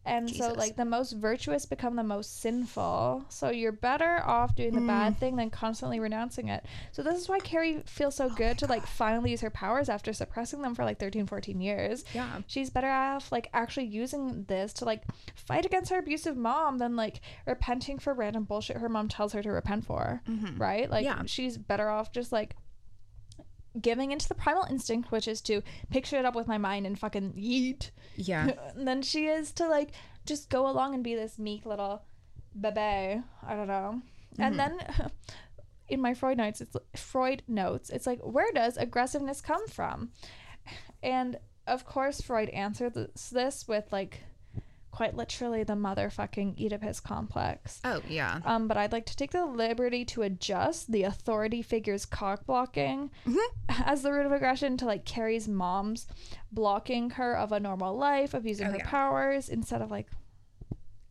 S2: And so
S1: Jesus.
S2: like the most virtuous become the most sinful. So you're better off doing the bad thing than constantly renouncing it. So this is why Carrie feels so good to like finally use her powers after suppressing them for like 13 14 years
S1: yeah
S2: she's better off like actually using this to like fight against her abusive mom than like repenting for random bullshit her mom tells her to repent for
S1: Mm-hmm.
S2: right like
S1: Yeah.
S2: she's better off just like giving into the primal instinct which is to picture it up with my mind and fucking yeet
S1: yeah
S2: than she is to like just go along and be this meek little bebe i don't know and then in my freud notes it's freud notes it's like where does aggressiveness come from and of course freud answered this, this with like quite literally the motherfucking oedipus complex
S1: Oh yeah.
S2: um, but I'd like to take the liberty to adjust the authority figure's cock blocking
S1: Mm-hmm.
S2: as the root of aggression to like Carrie's mom's blocking her of a normal life, abusing
S1: Oh,
S2: her
S1: yeah.
S2: powers instead of like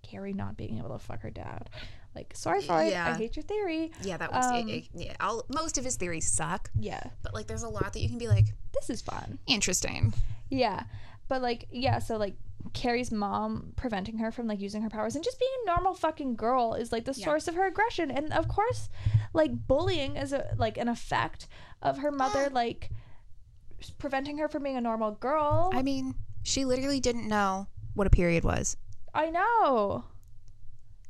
S2: Carrie not being able to fuck her dad. Like, sorry, Freud,
S1: yeah.
S2: I hate your theory.
S1: Yeah, that was
S2: Um,
S1: it, it- yeah, all, most of his theories suck,
S2: Yeah,
S1: but like there's a lot that you can be like
S2: this is fun.
S1: interesting.
S2: Yeah, but like, yeah, so like. Carrie's mom preventing her from like using her powers and just being a normal fucking girl is like the
S1: Yeah.
S2: source of her aggression and of course like bullying is a, like an effect of her mother
S1: Yeah.
S2: like s- preventing her from being a normal girl.
S1: I
S2: I,
S1: mean, she literally didn't know what a period was.
S2: know.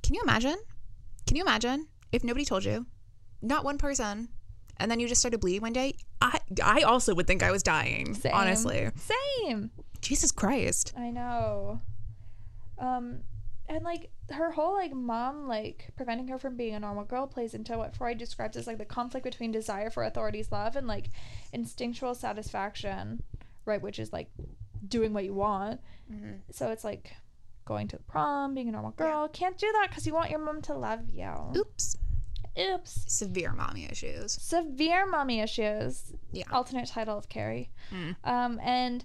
S1: Can you imagine? Can you imagine if nobody told you, not one person, and then you just started bleeding one day? I I also would think I was dying.
S2: Same.
S1: Honestly,
S2: Same.
S1: Jesus Christ.
S2: I know. Um and like her whole like mom like preventing her from being a normal girl plays into what Freud describes as like the conflict between desire for authority's love and like instinctual satisfaction, right, which is like doing what you want.
S1: Mm-hmm.
S2: So it's like going to the prom, being a normal girl, can't do that cuz you want your mom to love you.
S1: Oops.
S2: Oops.
S1: Severe mommy issues.
S2: severe mommy issues.
S1: Yeah.
S2: Alternate title of Carrie.
S1: Mm.
S2: Um, and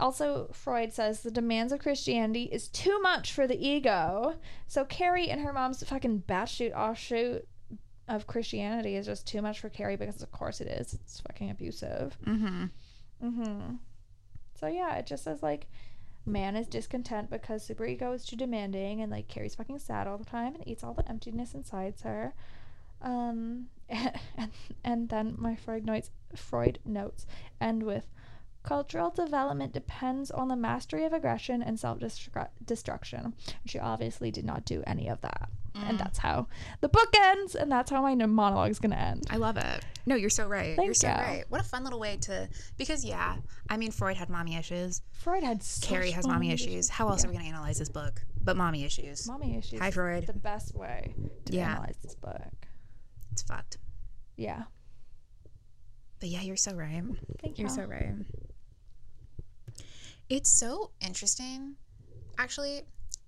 S2: also, Freud says the demands of Christianity is too much for the ego. So Carrie and her mom's fucking batshit offshoot of Christianity is just too much for Carrie because, of course, it is. It's fucking abusive.
S1: Mm-hmm.
S2: Mm-hmm. So yeah, it just says like man is discontent because superego is too demanding and like carries fucking sad all the time and eats all the emptiness inside her. Um and, and then my Freud notes Freud notes end with cultural development depends on the mastery of aggression and self-destruction. And she obviously did not do any of that. And
S1: Mm.
S2: that's how the book ends and that's how my monologue is going to end.
S1: I love it. No, you're so right. you're
S2: Thank
S1: so
S2: you.
S1: right. What a fun little way to because yeah, I mean Freud had mommy issues.
S2: Freud had such
S1: Carrie has mommy
S2: fun
S1: issues. How else are we going to analyze this book? But mommy issues.
S2: mommy issues.
S1: Hi, Freud.
S2: the best way to
S1: Yeah.
S2: analyze this book.
S1: It's fucked.
S2: Yeah.
S1: But yeah, you're so right.
S2: Thank you.
S1: You're so right. It's so interesting. Actually,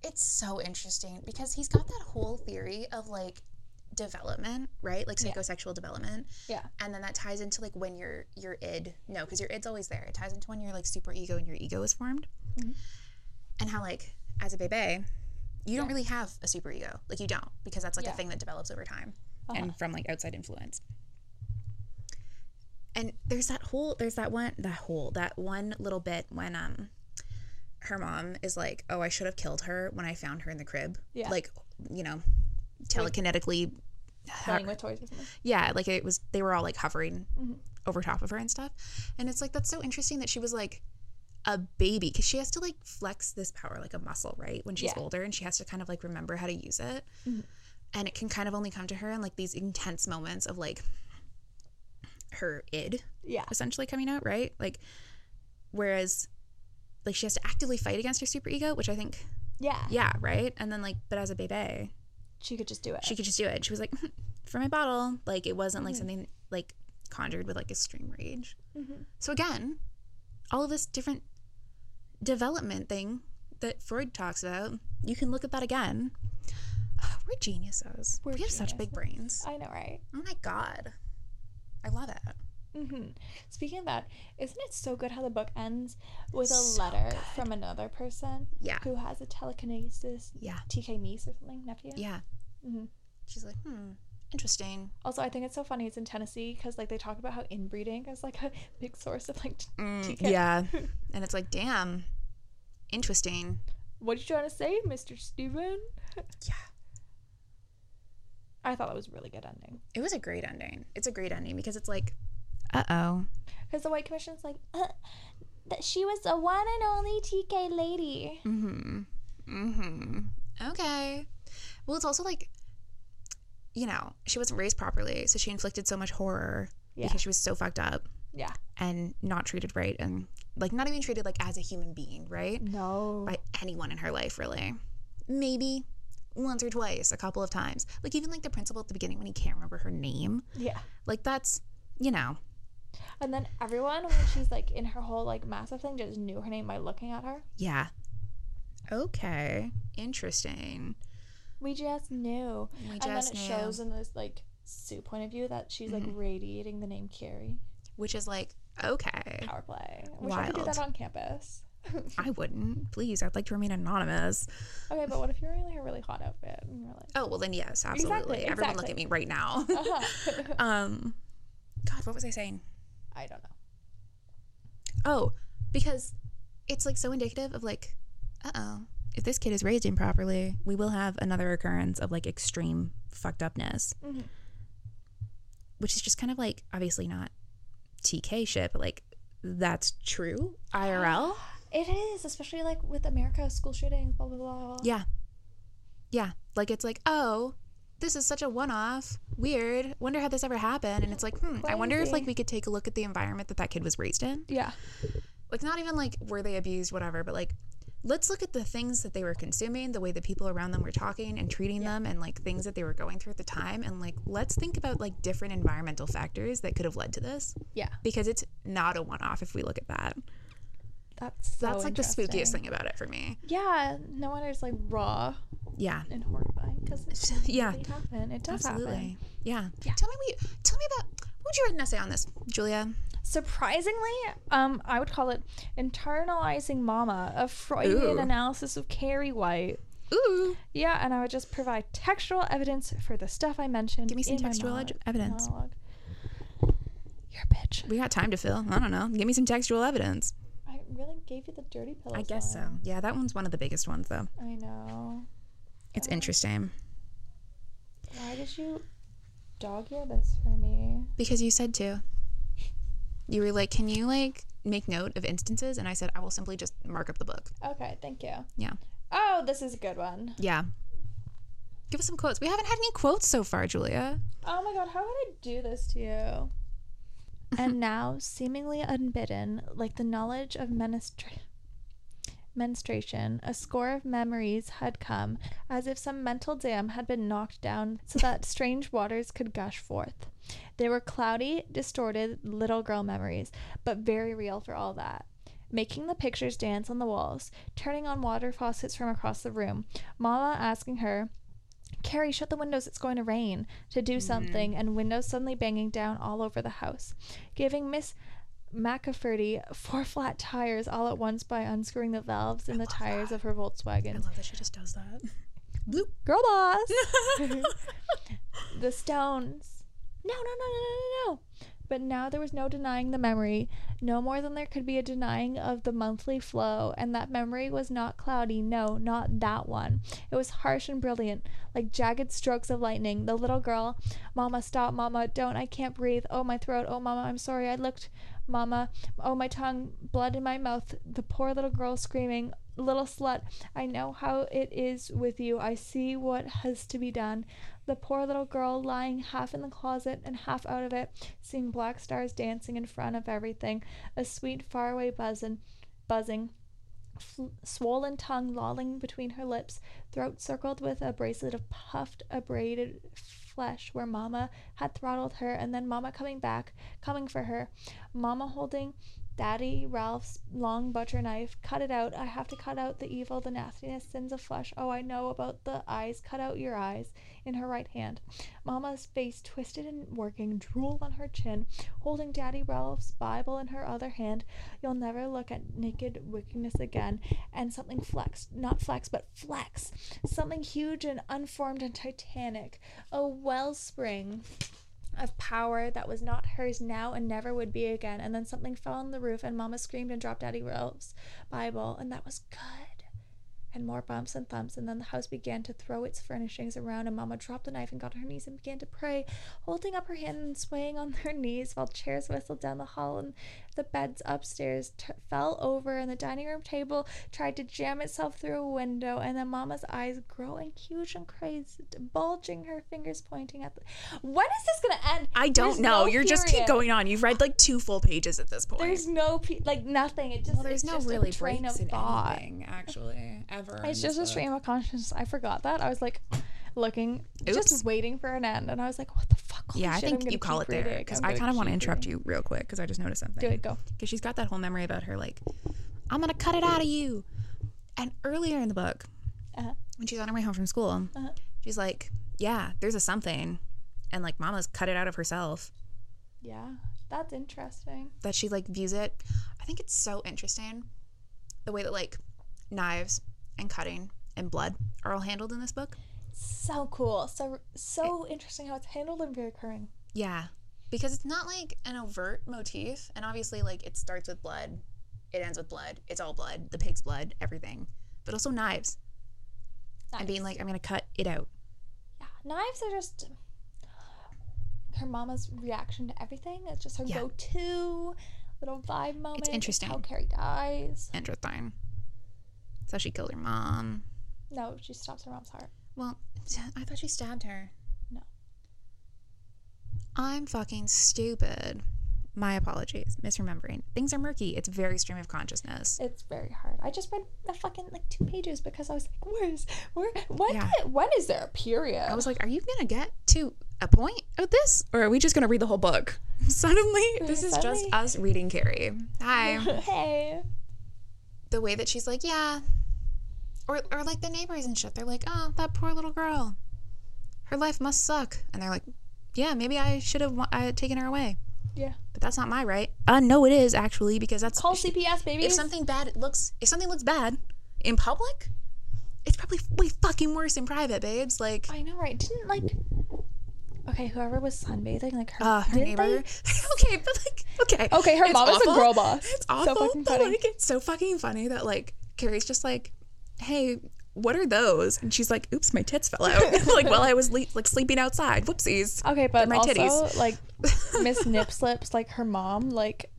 S1: it's so interesting because he's got that whole theory of like development, right? Like psychosexual development.
S2: Yeah.
S1: And then that ties into like when your your id, no, because your id's always there. It ties into when your like super ego and your ego is formed.
S2: Mhm.
S1: And how like as a bebe, you don't really have a super ego. Like you don't because that's like
S2: Yeah. Uh-huh.
S1: a thing that develops over time and from like outside influence. And there's that whole there's that one that whole that one little bit when um her mom is like, "Oh, I should have killed her when I found her in the crib."
S2: Yeah.
S1: Like, you know, telekinetically ha-
S2: playing with toys or something.
S1: yeah, like it was they were all like hovering over top of her and stuff. And it's like that's so interesting that she was like, a baby because she has to like flex this power like a muscle, right? When she's
S2: Yeah.
S1: older and she has to kind of like remember how to use it. And it can kind of only come to her in like these intense moments of like her id
S2: Yeah.
S1: essentially coming out, right? Like, whereas like she has to actively fight against her super ego, which I think,
S2: Yeah.
S1: yeah, right? And then like, but as a baby,
S2: She could just do it.
S1: she could just do it. And she was like, "Hmm, for my bottle. Like it wasn't like something like conjured with like extreme rage.
S2: Mhm.
S1: So again, all of this different development thing that Freud talks about, you can look at that again. We're geniuses. we
S2: We're
S1: have such big brains.
S2: I know, right?
S1: Oh my god. I love it.
S2: hmm Speaking of that, isn't it so good how the book ends with a
S1: So
S2: letter
S1: good.
S2: from another person
S1: Yeah.
S2: who has a telekinesis
S1: Yeah.
S2: TK niece or something, nephew?
S1: Yeah.
S2: Mhm.
S1: She's like, hmm, interesting.
S2: Also, I think it's so funny it's in Tennessee because like they talk about how inbreeding is like a big source of like, t-
S1: Mm,
S2: TK.
S1: yeah. And it's like, damn, interesting.
S2: what are you trying to say, Mr. Steven?
S1: Yeah.
S2: I thought that was a really good ending.
S1: It was a great ending. It's a great ending because it's like, uh oh.
S2: Because the White Commission's like, uh, that she was the one and only TK lady.
S1: Mm-hmm. Mm-hmm. Okay. Well, it's also like, you know, she wasn't raised properly, so she inflicted so much horror
S2: Yeah.
S1: because she was so fucked up
S2: Yeah.
S1: and not treated right and like not even treated like as a human being, right?
S2: No.
S1: By anyone in her life, really. Maybe once or twice, a couple of times. Like even like the principal at the beginning when he can't remember her name.
S2: Yeah.
S1: Like that's you know,
S2: And then everyone, when she's like in her whole like massive thing, just knew her name by looking at her.
S1: yeah. Okay. Interesting.
S2: We just knew.
S1: We
S2: and then
S1: just
S2: it
S1: knew. Mm-hmm.
S2: shows in this like Sue point of view that she's like radiating the name Carrie.
S1: which is like, okay.
S2: Power play. Wish I could do
S1: Wild.
S2: that on campus.
S1: I wouldn't. Please, I'd like to remain anonymous.
S2: Okay, but what if you're wearing like a really hot outfit and you're like,
S1: Oh well, then yes, absolutely. Everyone, look
S2: exactly.
S1: at me right now.
S2: uh-huh.
S1: um, God, what was I saying?
S2: I don't know.
S1: Oh, because it's like so indicative of like, uh oh, if this kid is raised improperly, we will have another occurrence of like extreme fucked upness,
S2: Mhm.
S1: which is just kind of like obviously not TK shit, but like that's true IRL.
S2: It is, especially like with America school shootings, blah blah blah.
S1: Yeah. Yeah. Like it's like, oh, this is such a one off. Weird. Wonder how this ever happened. And it's like, hmm, I wonder if like
S2: Crazy.
S1: we could take a look at the environment that that kid was raised in.
S2: Yeah.
S1: Like not even like were they abused, whatever, but like let's look at the things that they were consuming, the way the people around them were talking and treating them and like things that they were going through at the time and like let's think about like different environmental factors that could have led to this
S2: Yeah.
S1: because it's not a one off if we look at that.
S2: That's so
S1: That's like the spookiest
S2: Oh, interesting.
S1: thing about it for me.
S2: Yeah. No wonder it's like raw
S1: Yeah.
S2: and horrifying because it does
S1: Yeah.
S2: really happen. It does happen.
S1: Absolutely. Yeah.
S2: Yeah.
S1: Tell me what you, tell me about what would you write an essay on this, Julia?
S2: Surprisingly, um, I would call it internalizing mama, a Freudian
S1: Ooh.
S2: analysis of Carrie White.
S1: Ooh.
S2: Yeah, and I would just provide textual evidence for the stuff I mentioned.
S1: Give me some
S2: in my
S1: textual
S2: monologue-
S1: ed- evidence.
S2: monologue. You're a bitch.
S1: We got time to fill. I don't know. Give me some textual evidence.
S2: I really gave you the dirty pillows.
S1: I guess so.
S2: one.
S1: Yeah, that one's one of the biggest ones though.
S2: I know.
S1: It's interesting.
S2: Why did you dog ear this for me?
S1: Because you said to. You were like, Can you like make note of instances? And I said, I will simply just mark up the book.
S2: Okay, thank you.
S1: Yeah.
S2: Oh, this is a good one.
S1: Yeah. Give us some quotes. We haven't had any quotes so far, Julia.
S2: Oh my god, how would I do this to you? and now, seemingly unbidden, like the knowledge of menstrua- menstruation, a score of memories had come, as if some mental dam had been knocked down so that strange waters could gush forth. They were cloudy, distorted little girl memories, but very real for all that. Making the pictures dance on the walls, turning on water faucets from across the room, Mama asking her, Carrie, shut the windows, it's going to rain, to do something, and windows suddenly banging down all over the house. Giving Miss McAfferty four flat tires all at once by unscrewing the valves in the tires of her Volkswagen.
S1: love that she just does that. Bloop.
S2: Girl boss! the stones. No, no, no, no, no, no, no. But now there was no denying the memory, no more than there could be a denying of the monthly flow, and that memory was not cloudy, no, not that one. It was harsh and brilliant, like jagged strokes of lightning. The little girl, Mama, stop, Mama, don't, I can't breathe. Oh, my throat, oh, Mama, I'm sorry, I looked, Mama, oh, my tongue, blood in my mouth. The poor little girl screaming, Little slut, I know how it is with you. I see what has to be done. The poor little girl lying half in the closet and half out of it, seeing black stars dancing in front of everything, a sweet faraway buzzing, buzzing, fl- swollen tongue lolling between her lips, throat circled with a bracelet of puffed, abraded flesh where Mama had throttled her, and then Mama coming back, coming for her, Mama holding Daddy Ralph's long butcher knife. Cut it out. I have to cut out the evil, the nastiness, sins of flesh. Oh, I know about the eyes. Cut out your eyes. In her right hand. Mamma's face twisted and working, drool on her chin, holding Daddy Ralph's Bible in her other hand. You'll never look at naked wickedness again. And something flexed. Not flex, but flex. Something huge and unformed and titanic. A wellspring of power that was not hers now and never would be again. And then something fell on the roof, and Mama screamed and dropped Daddy Ralph's Bible, and that was good. And more bumps and thumps, and then the house began to throw its furnishings around, and Mama dropped the knife and got on her knees and began to pray, holding up her hand and swaying on her knees while chairs whistled down the hall and the beds upstairs t- fell over, and the dining room table tried to jam itself through a window, and then Mama's eyes growing huge and crazy, bulging, her fingers pointing at the. When is this gonna end?
S1: I don't
S2: There's
S1: know.
S2: no
S1: You're just keep
S2: period.
S1: going on. You've read like two full pages at this point.
S2: There's no pe- like nothing. It just
S1: well, there's
S2: it's
S1: no
S2: just
S1: really
S2: a train of
S1: breaks in
S2: thought.
S1: anything actually ever. in
S2: It's just a
S1: this book.
S2: stream of consciousness. I forgot that. I was like looking,
S1: Oops.
S2: just waiting for an end, and I was like, "What the fuck?" Holy
S1: Yeah, I
S2: shit, I'm
S1: think
S2: gonna
S1: you call it
S2: keep
S1: there
S2: reading.
S1: because
S2: I'm
S1: I
S2: gonna
S1: kind of want to
S2: keep
S1: interrupt
S2: reading.
S1: you real quick because I just noticed something.
S2: Do it. Go.
S1: because she's got that whole memory about her like i'm gonna cut it out of you and earlier in the book
S2: Uh-huh.
S1: when she's on her way home from school
S2: Uh-huh.
S1: she's like yeah there's a something and like mama's cut it out of herself
S2: Yeah, that's interesting.
S1: that she like views it i think it's so interesting the way that like knives and cutting and blood are all handled in this book
S2: So cool. So so interesting how it's handled and reoccurring.
S1: yeah because it's not like an overt motif and obviously like it starts with blood it ends with blood it's all blood the pig's blood everything but also knives and being like, I'm gonna cut it out.
S2: yeah, knives are just her mama's reaction to everything. It's just her
S1: Yeah.
S2: go-to little vibe moment.
S1: interesting.
S2: how Carrie dies.
S1: Interesting. So she killed her mom.
S2: No, she stops her mom's heart.
S1: Well, I thought she stabbed her.
S2: No.
S1: I'm fucking stupid. My apologies. Misremembering. Things are murky. It's very stream of consciousness.
S2: It's very hard. I just read the fucking like two pages because I was like, where's where when
S1: Yeah.
S2: did- when is there a period?
S1: I was like, are you gonna get to a point of this? Or are we just gonna read the whole book? Suddenly, this is just
S2: Suddenly.
S1: us reading Carrie. Hi.
S2: hey.
S1: the way that she's like, yeah, or or like the neighbors and shit. They're like, oh, that poor little girl, her life must suck. And they're like, yeah, maybe I should have wa- I had taken her away.
S2: Yeah.
S1: but that's not my right. Uh, no, it is actually because that's
S2: Call CPS baby.
S1: if something bad looks if something looks bad in public, it's probably way fucking worse in private, babes. Like.
S2: I know, right? Didn't like Okay, whoever was sunbathing, like her,
S1: Uh, her
S2: didn't
S1: neighbor.
S2: they-
S1: okay, but like, okay,
S2: Okay, her
S1: it's
S2: mom is a
S1: awful.
S2: girl boss.
S1: It's
S2: So
S1: awful.
S2: fucking
S1: but
S2: funny.
S1: like, it's so fucking funny that like Carrie's just like, hey, what are those? And she's like, oops, my tits fell out. like while I was le- like sleeping outside. Whoopsies.
S2: Okay, but
S1: my
S2: also
S1: titties.
S2: like Miss Nipslips, like her mom, like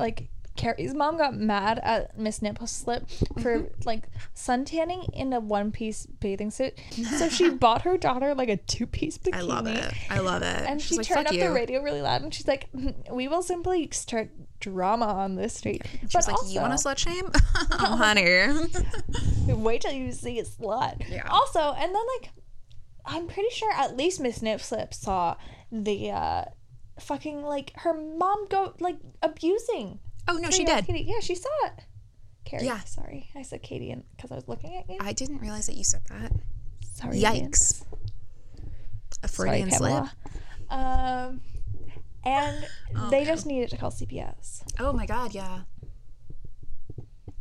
S2: like Carrie's mom got mad at Miss Nipslip for
S1: Mm-hmm.
S2: like suntanning in a one piece bathing suit. So she bought her daughter like a two piece bikini.
S1: I love it. I love it.
S2: And
S1: she's
S2: she
S1: like,
S2: turned
S1: fuck
S2: up
S1: you.
S2: the radio really loud, and she's like, "Mm, "We will simply start drama on this street."
S1: She's
S2: but
S1: like,
S2: also,
S1: you want to slut shame? oh, honey.
S2: wait till you see a slut.
S1: Yeah.
S2: Also, and then like, I'm pretty sure at least Miss Nipslip saw the uh, fucking like her mom go like abusing.
S1: oh no, she
S2: three-year-old
S1: did.
S2: Katie. Yeah, she saw it. Carrie.
S1: Yeah.
S2: Sorry, I said Katie, and because I was looking at you.
S1: I didn't realize that you said that.
S2: Sorry. audience.
S1: Yikes. A
S2: Sorry,
S1: Freudian slip.
S2: Pamela. Um, and
S1: Oh,
S2: they
S1: no.
S2: just needed to call CPS.
S1: Oh my god, yeah.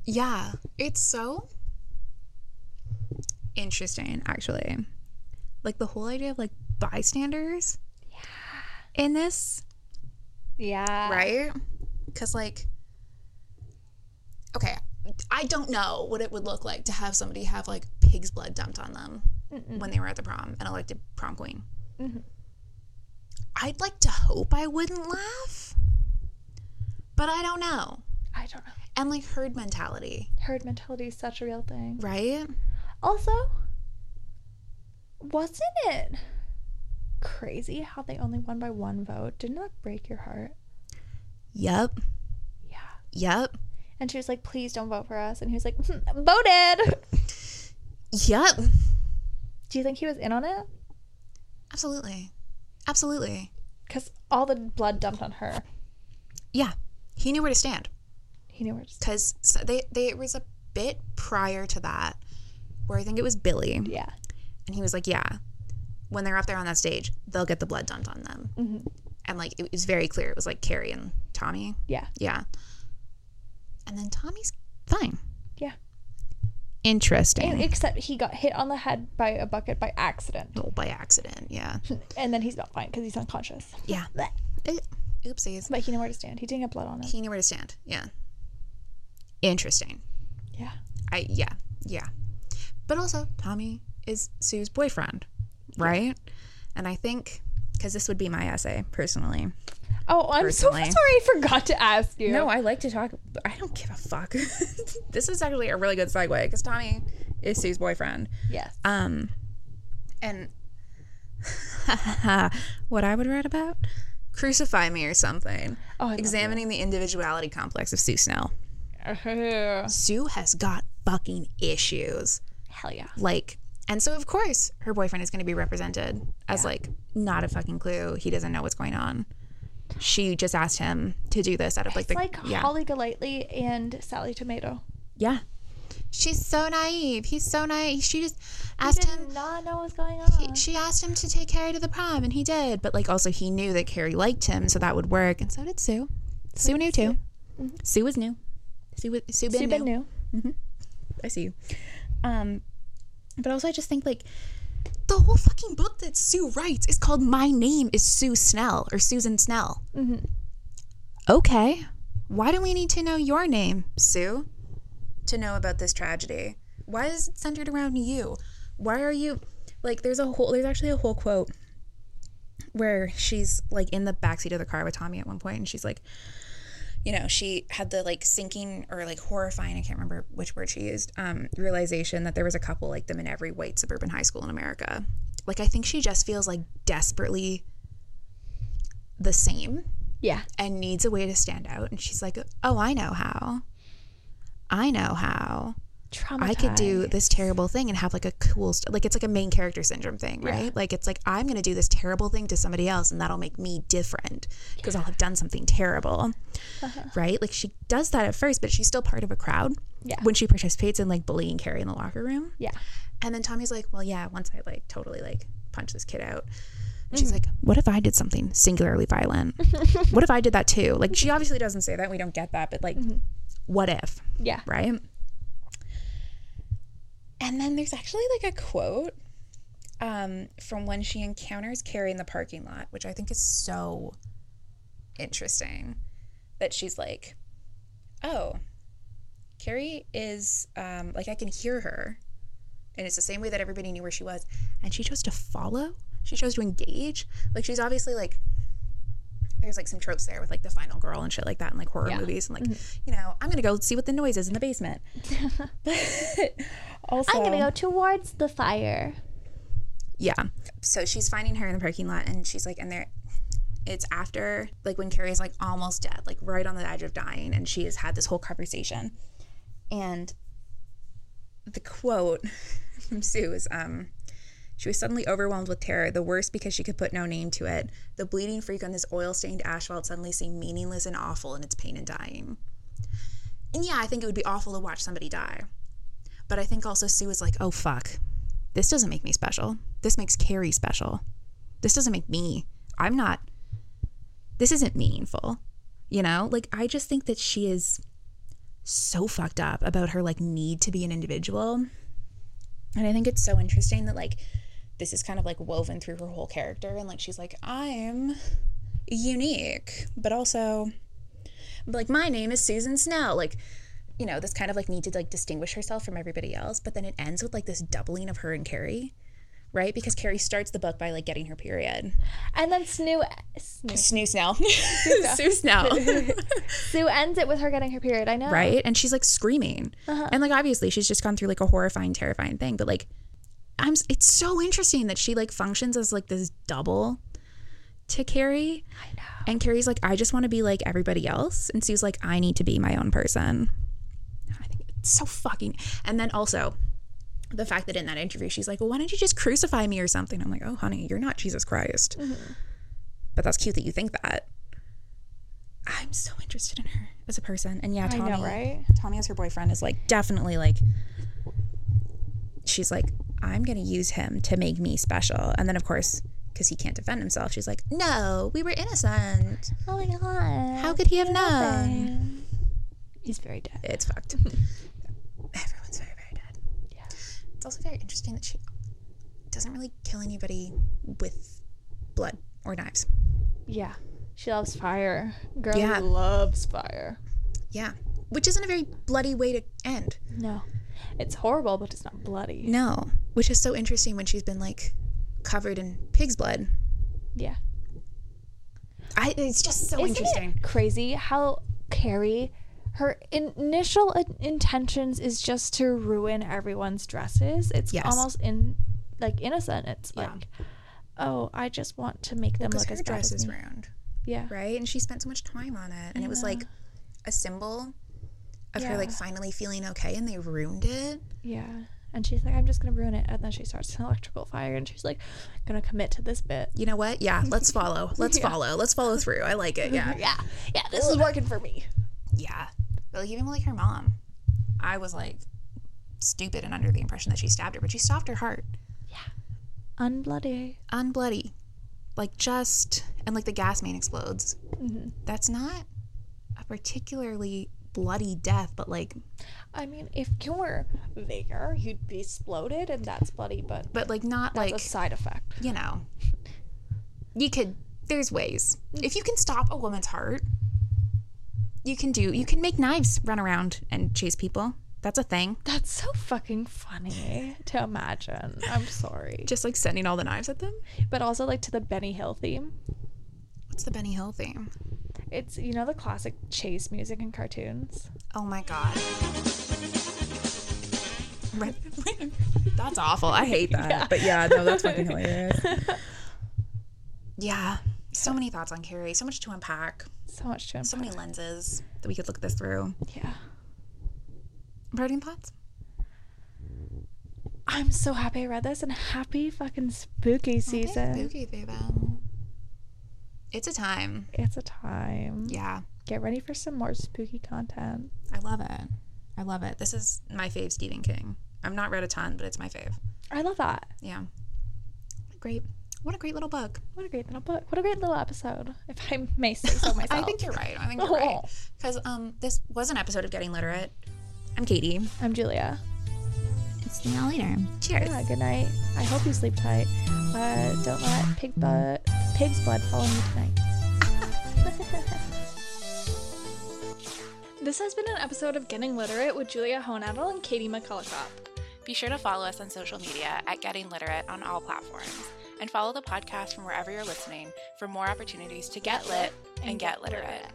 S1: Yeah, it's so interesting actually. Like the whole idea of like bystanders in this
S2: Yeah.
S1: right? Because, like, okay, I don't know what it would look like to have somebody have like pig's blood dumped on them
S2: Mm-mm.
S1: when they were at the prom and elected prom queen.
S2: Mhm.
S1: I'd like to hope I wouldn't laugh, but I don't know.
S2: I don't know.
S1: And like herd mentality,
S2: Herd mentality is such a real thing.
S1: right?
S2: Also, wasn't it crazy how they only won by one vote? Didn't that break your heart?
S1: Yep,
S2: Yeah.
S1: yep,
S2: And she was like, please don't vote for us. And he was like, "Hmm, voted.
S1: yep.
S2: Do you think he was in on it?
S1: Absolutely, absolutely.
S2: Because all the blood dumped on her.
S1: Yeah, he knew where to stand.
S2: He knew where to.
S1: because so they they it was a bit prior to that where I think it was Billy and
S2: Yeah.
S1: he was like, yeah, when they're up there on that stage, they'll get the blood dumped on them,
S2: hmm
S1: and like it was very clear it was like Carrie and Tommy,
S2: Yeah.
S1: yeah, and then Tommy's fine,
S2: Yeah.
S1: interesting.
S2: And- E, except he got hit on the head by a bucket by accident.
S1: Oh, by accident, yeah,
S2: And then he's not fine because he's unconscious.
S1: yeah.
S2: Blech.
S1: Oopsies.
S2: But he knew where to stand. He didn't get blood on him.
S1: He knew where to stand. Yeah. Interesting.
S2: Yeah.
S1: I yeah yeah, but also Tommy is Sue's boyfriend, right? And I think because this would be my essay personally.
S2: Oh, I'm
S1: Personally.
S2: so sorry. I forgot to ask you.
S1: No, I like to talk. but I don't give a fuck. this is actually a really good segue because Tommy is Sue's boyfriend.
S2: Yes.
S1: Um, and what I would write about crucify me or something.
S2: Oh, I
S1: Examining the individuality complex of Sue Snell.
S2: Hell
S1: Sue has got fucking issues.
S2: yeah.
S1: like and so of course her boyfriend is going to be represented as like not a fucking clue he doesn't know what's going on she just asked him to do this out of like the
S2: It's like
S1: yeah
S2: Holly Golightly and Sally Tomato.
S1: yeah she's so naive he's so naive she just asked him
S2: Did not know what's going on.
S1: he- she asked him to take Carrie to the prom and he did but like also he knew that Carrie liked him so that would work and so did Sue Sue knew too Sue was new Sue was, Sue, been
S2: Sue
S1: new.
S2: been new.
S1: I see you. Um, but also, I just think like the whole fucking book that Sue writes is called "My Name Is Sue Snell" or Susan Snell.
S2: Mhm.
S1: Okay, why do we need to know your name, Sue, to know about this tragedy? Why is it centered around you? Why are you like? There's a whole. There's actually a whole quote where she's like in the backseat of the car with Tommy at one point, and she's like, you know, she had the like sinking or like horrifying, I can't remember which word she used, um, realization that there was a couple like them in every white suburban high school in America. Like, I think she just feels like desperately the same
S2: Yeah.
S1: and needs a way to stand out. And she's like, oh, I know how. I know how.
S2: Traumatized.
S1: I could do this terrible thing and have like a cool, st- like it's like a main character syndrome thing, right? Like it's like I'm gonna do this terrible thing to somebody else and that'll make me different because I'll have done something terrible, right? Like she does that at first, but she's still part of a crowd
S2: Yeah.
S1: when she participates in like bullying Carrie in the locker room.
S2: Yeah.
S1: And then Tommy's like, well, yeah, once I like totally like punch this kid out. And she's like, what if I did something singularly violent? what if I did that too? Like she obviously doesn't say that. We don't get that, but like, what if?
S2: Yeah.
S1: right? And then there's actually like a quote um, from when she encounters Carrie in the parking lot, which I think is so interesting. That she's like, oh, Carrie is um, like, I can hear her. And it's the same way that everybody knew where she was. And she chose to follow, she chose to engage. Like, she's obviously like, there's like some tropes there with like the final girl and shit like that and like horror
S2: Yeah.
S1: movies and like you know i'm gonna go see what the noise is in the basement also
S2: I'm gonna go towards the fire.
S1: yeah so she's finding her in the parking lot and she's like and there it's after like when carrie's like almost dead like right on the edge of dying and she has had this whole conversation and the quote from sue is um she was suddenly overwhelmed with terror, the worse because she could put no name to it. The bleeding freak on this oil stained asphalt suddenly seemed meaningless and awful in its pain and dying. And yeah, I think it would be awful to watch somebody die. But I think also Sue was like, oh fuck, this doesn't make me special. This makes Carrie special. This doesn't make me. I'm not. This isn't meaningful. You know, like I just think that she is so fucked up about her like need to be an individual. And I think it's so interesting that like this is kind of like woven through her whole character and like she's like I'm unique, but also like my name is Susan Snell. Like, you know, this kind of like need to like distinguish herself from everybody else, but then it ends with like this doubling of her and Carrie, right? Because Carrie starts the book by like getting her period.
S2: And then Snoo, Snoo,
S1: Snoo Snell. Sue Snell.
S2: Sue ends it with her getting her period. I know.
S1: right? And she's like screaming. And like obviously she's just gone through like a horrifying, terrifying thing, but like I'm s- it's so interesting that she like functions as like this double to Carrie. I know. And Carrie's like I just want to be like everybody else and Sue's like I need to be my own person. And I think it's so fucking and then also the fact that in that interview she's like, "Well, why don't you just crucify me or something?" I'm like, "Oh, honey, you're not Jesus Christ." But that's cute that you think that. I'm so interested in her as a person. And yeah,
S2: I
S1: Tommy,
S2: know, right?
S1: Tommy as her boyfriend is like definitely like she's like I'm going to use him to make me special. And then of course because he can't defend himself, she's like, "No, we were innocent.
S2: Oh my god.
S1: How could he have known?"
S2: He's very dead.
S1: It's fucked. Everyone's very, very dead.
S2: Yeah.
S1: It's also very interesting that she doesn't really kill anybody with blood or knives.
S2: Yeah. She loves fire. Girl
S1: Yeah.
S2: loves fire.
S1: Yeah, which isn't a very bloody way to end.
S2: No. It's horrible, but it's not bloody.
S1: No, which is so interesting when she's been like covered in pig's blood.
S2: Yeah.
S1: I, it's just so
S2: Isn't it
S1: interesting.
S2: crazy how Carrie, her initial in- intentions is just to ruin everyone's dresses. It's
S1: Yes.
S2: almost in like innocent. It's
S1: Yeah.
S2: like, oh, I just want to make them
S1: Because
S2: look
S1: her
S2: as bad
S1: dress
S2: as
S1: is
S2: me.
S1: round,
S2: Yeah,
S1: right? And she spent so much time on it, and it was like a symbol of her
S2: Yeah.
S1: like finally feeling okay, and they ruined it.
S2: yeah. And she's like, I'm just gonna ruin it. And then she starts an electrical fire, and she's like, I'm gonna commit to this bit.
S1: You know what? Yeah, let's follow. Let's follow. Let's follow through. I like it. Yeah.
S2: Yeah, yeah. This is working for me.
S1: Yeah. But like even like her mom, I was like stupid and under the impression that she stabbed her, but she stopped her heart.
S2: Unbloody.
S1: Unbloody. Like just and like the gas main explodes. That's not a particularly bloody death, but like
S2: I mean, if you were there, you'd be exploded, and that's bloody, but
S1: but like not
S2: that's
S1: like
S2: a side effect.
S1: you know. You could there's ways. If you can stop a woman's heart, you can do you can make knives run around and chase people. That's a thing.
S2: That's so fucking funny to imagine. I'm sorry.
S1: Just like sending all the knives at them.
S2: But also, like, to the Benny Hill theme.
S1: What's the Benny Hill theme?
S2: It's, you know, the classic chase music in cartoons.
S1: Oh my god. that's awful. I hate that. But yeah, no, that's fucking hilarious. yeah. So many thoughts on Carrie. So much to unpack.
S2: So much to
S1: So
S2: unpack.
S1: many lenses that we could look this through.
S2: Yeah.
S1: Parting thoughts?
S2: I'm so happy I read this and happy fucking spooky season.
S1: Spooky through them. It's a time.
S2: It's a time.
S1: Yeah.
S2: Get ready for some more spooky content.
S1: I love it. I love it. This is my fave Stephen King. I've not read a ton, but it's my fave.
S2: I love that.
S1: Yeah. Great. What a great little book.
S2: What a great little book. What a great little episode, if I may say so myself.
S1: I think you're right. I think you're right. Because um, this was an episode of Getting Literate. I'm Katie.
S2: I'm Julia.
S1: It's the y'all later. Cheers.
S2: Yeah, good night. I hope you sleep tight. Uh, don't let pig blood, pig's blood follow you tonight. this has been an episode of Getting Literate with Julia Honadel and Katie McCullough.
S3: Be sure to follow us on social media at Getting Literate on all platforms and follow the podcast from wherever you're listening for more opportunities to get lit and get literate.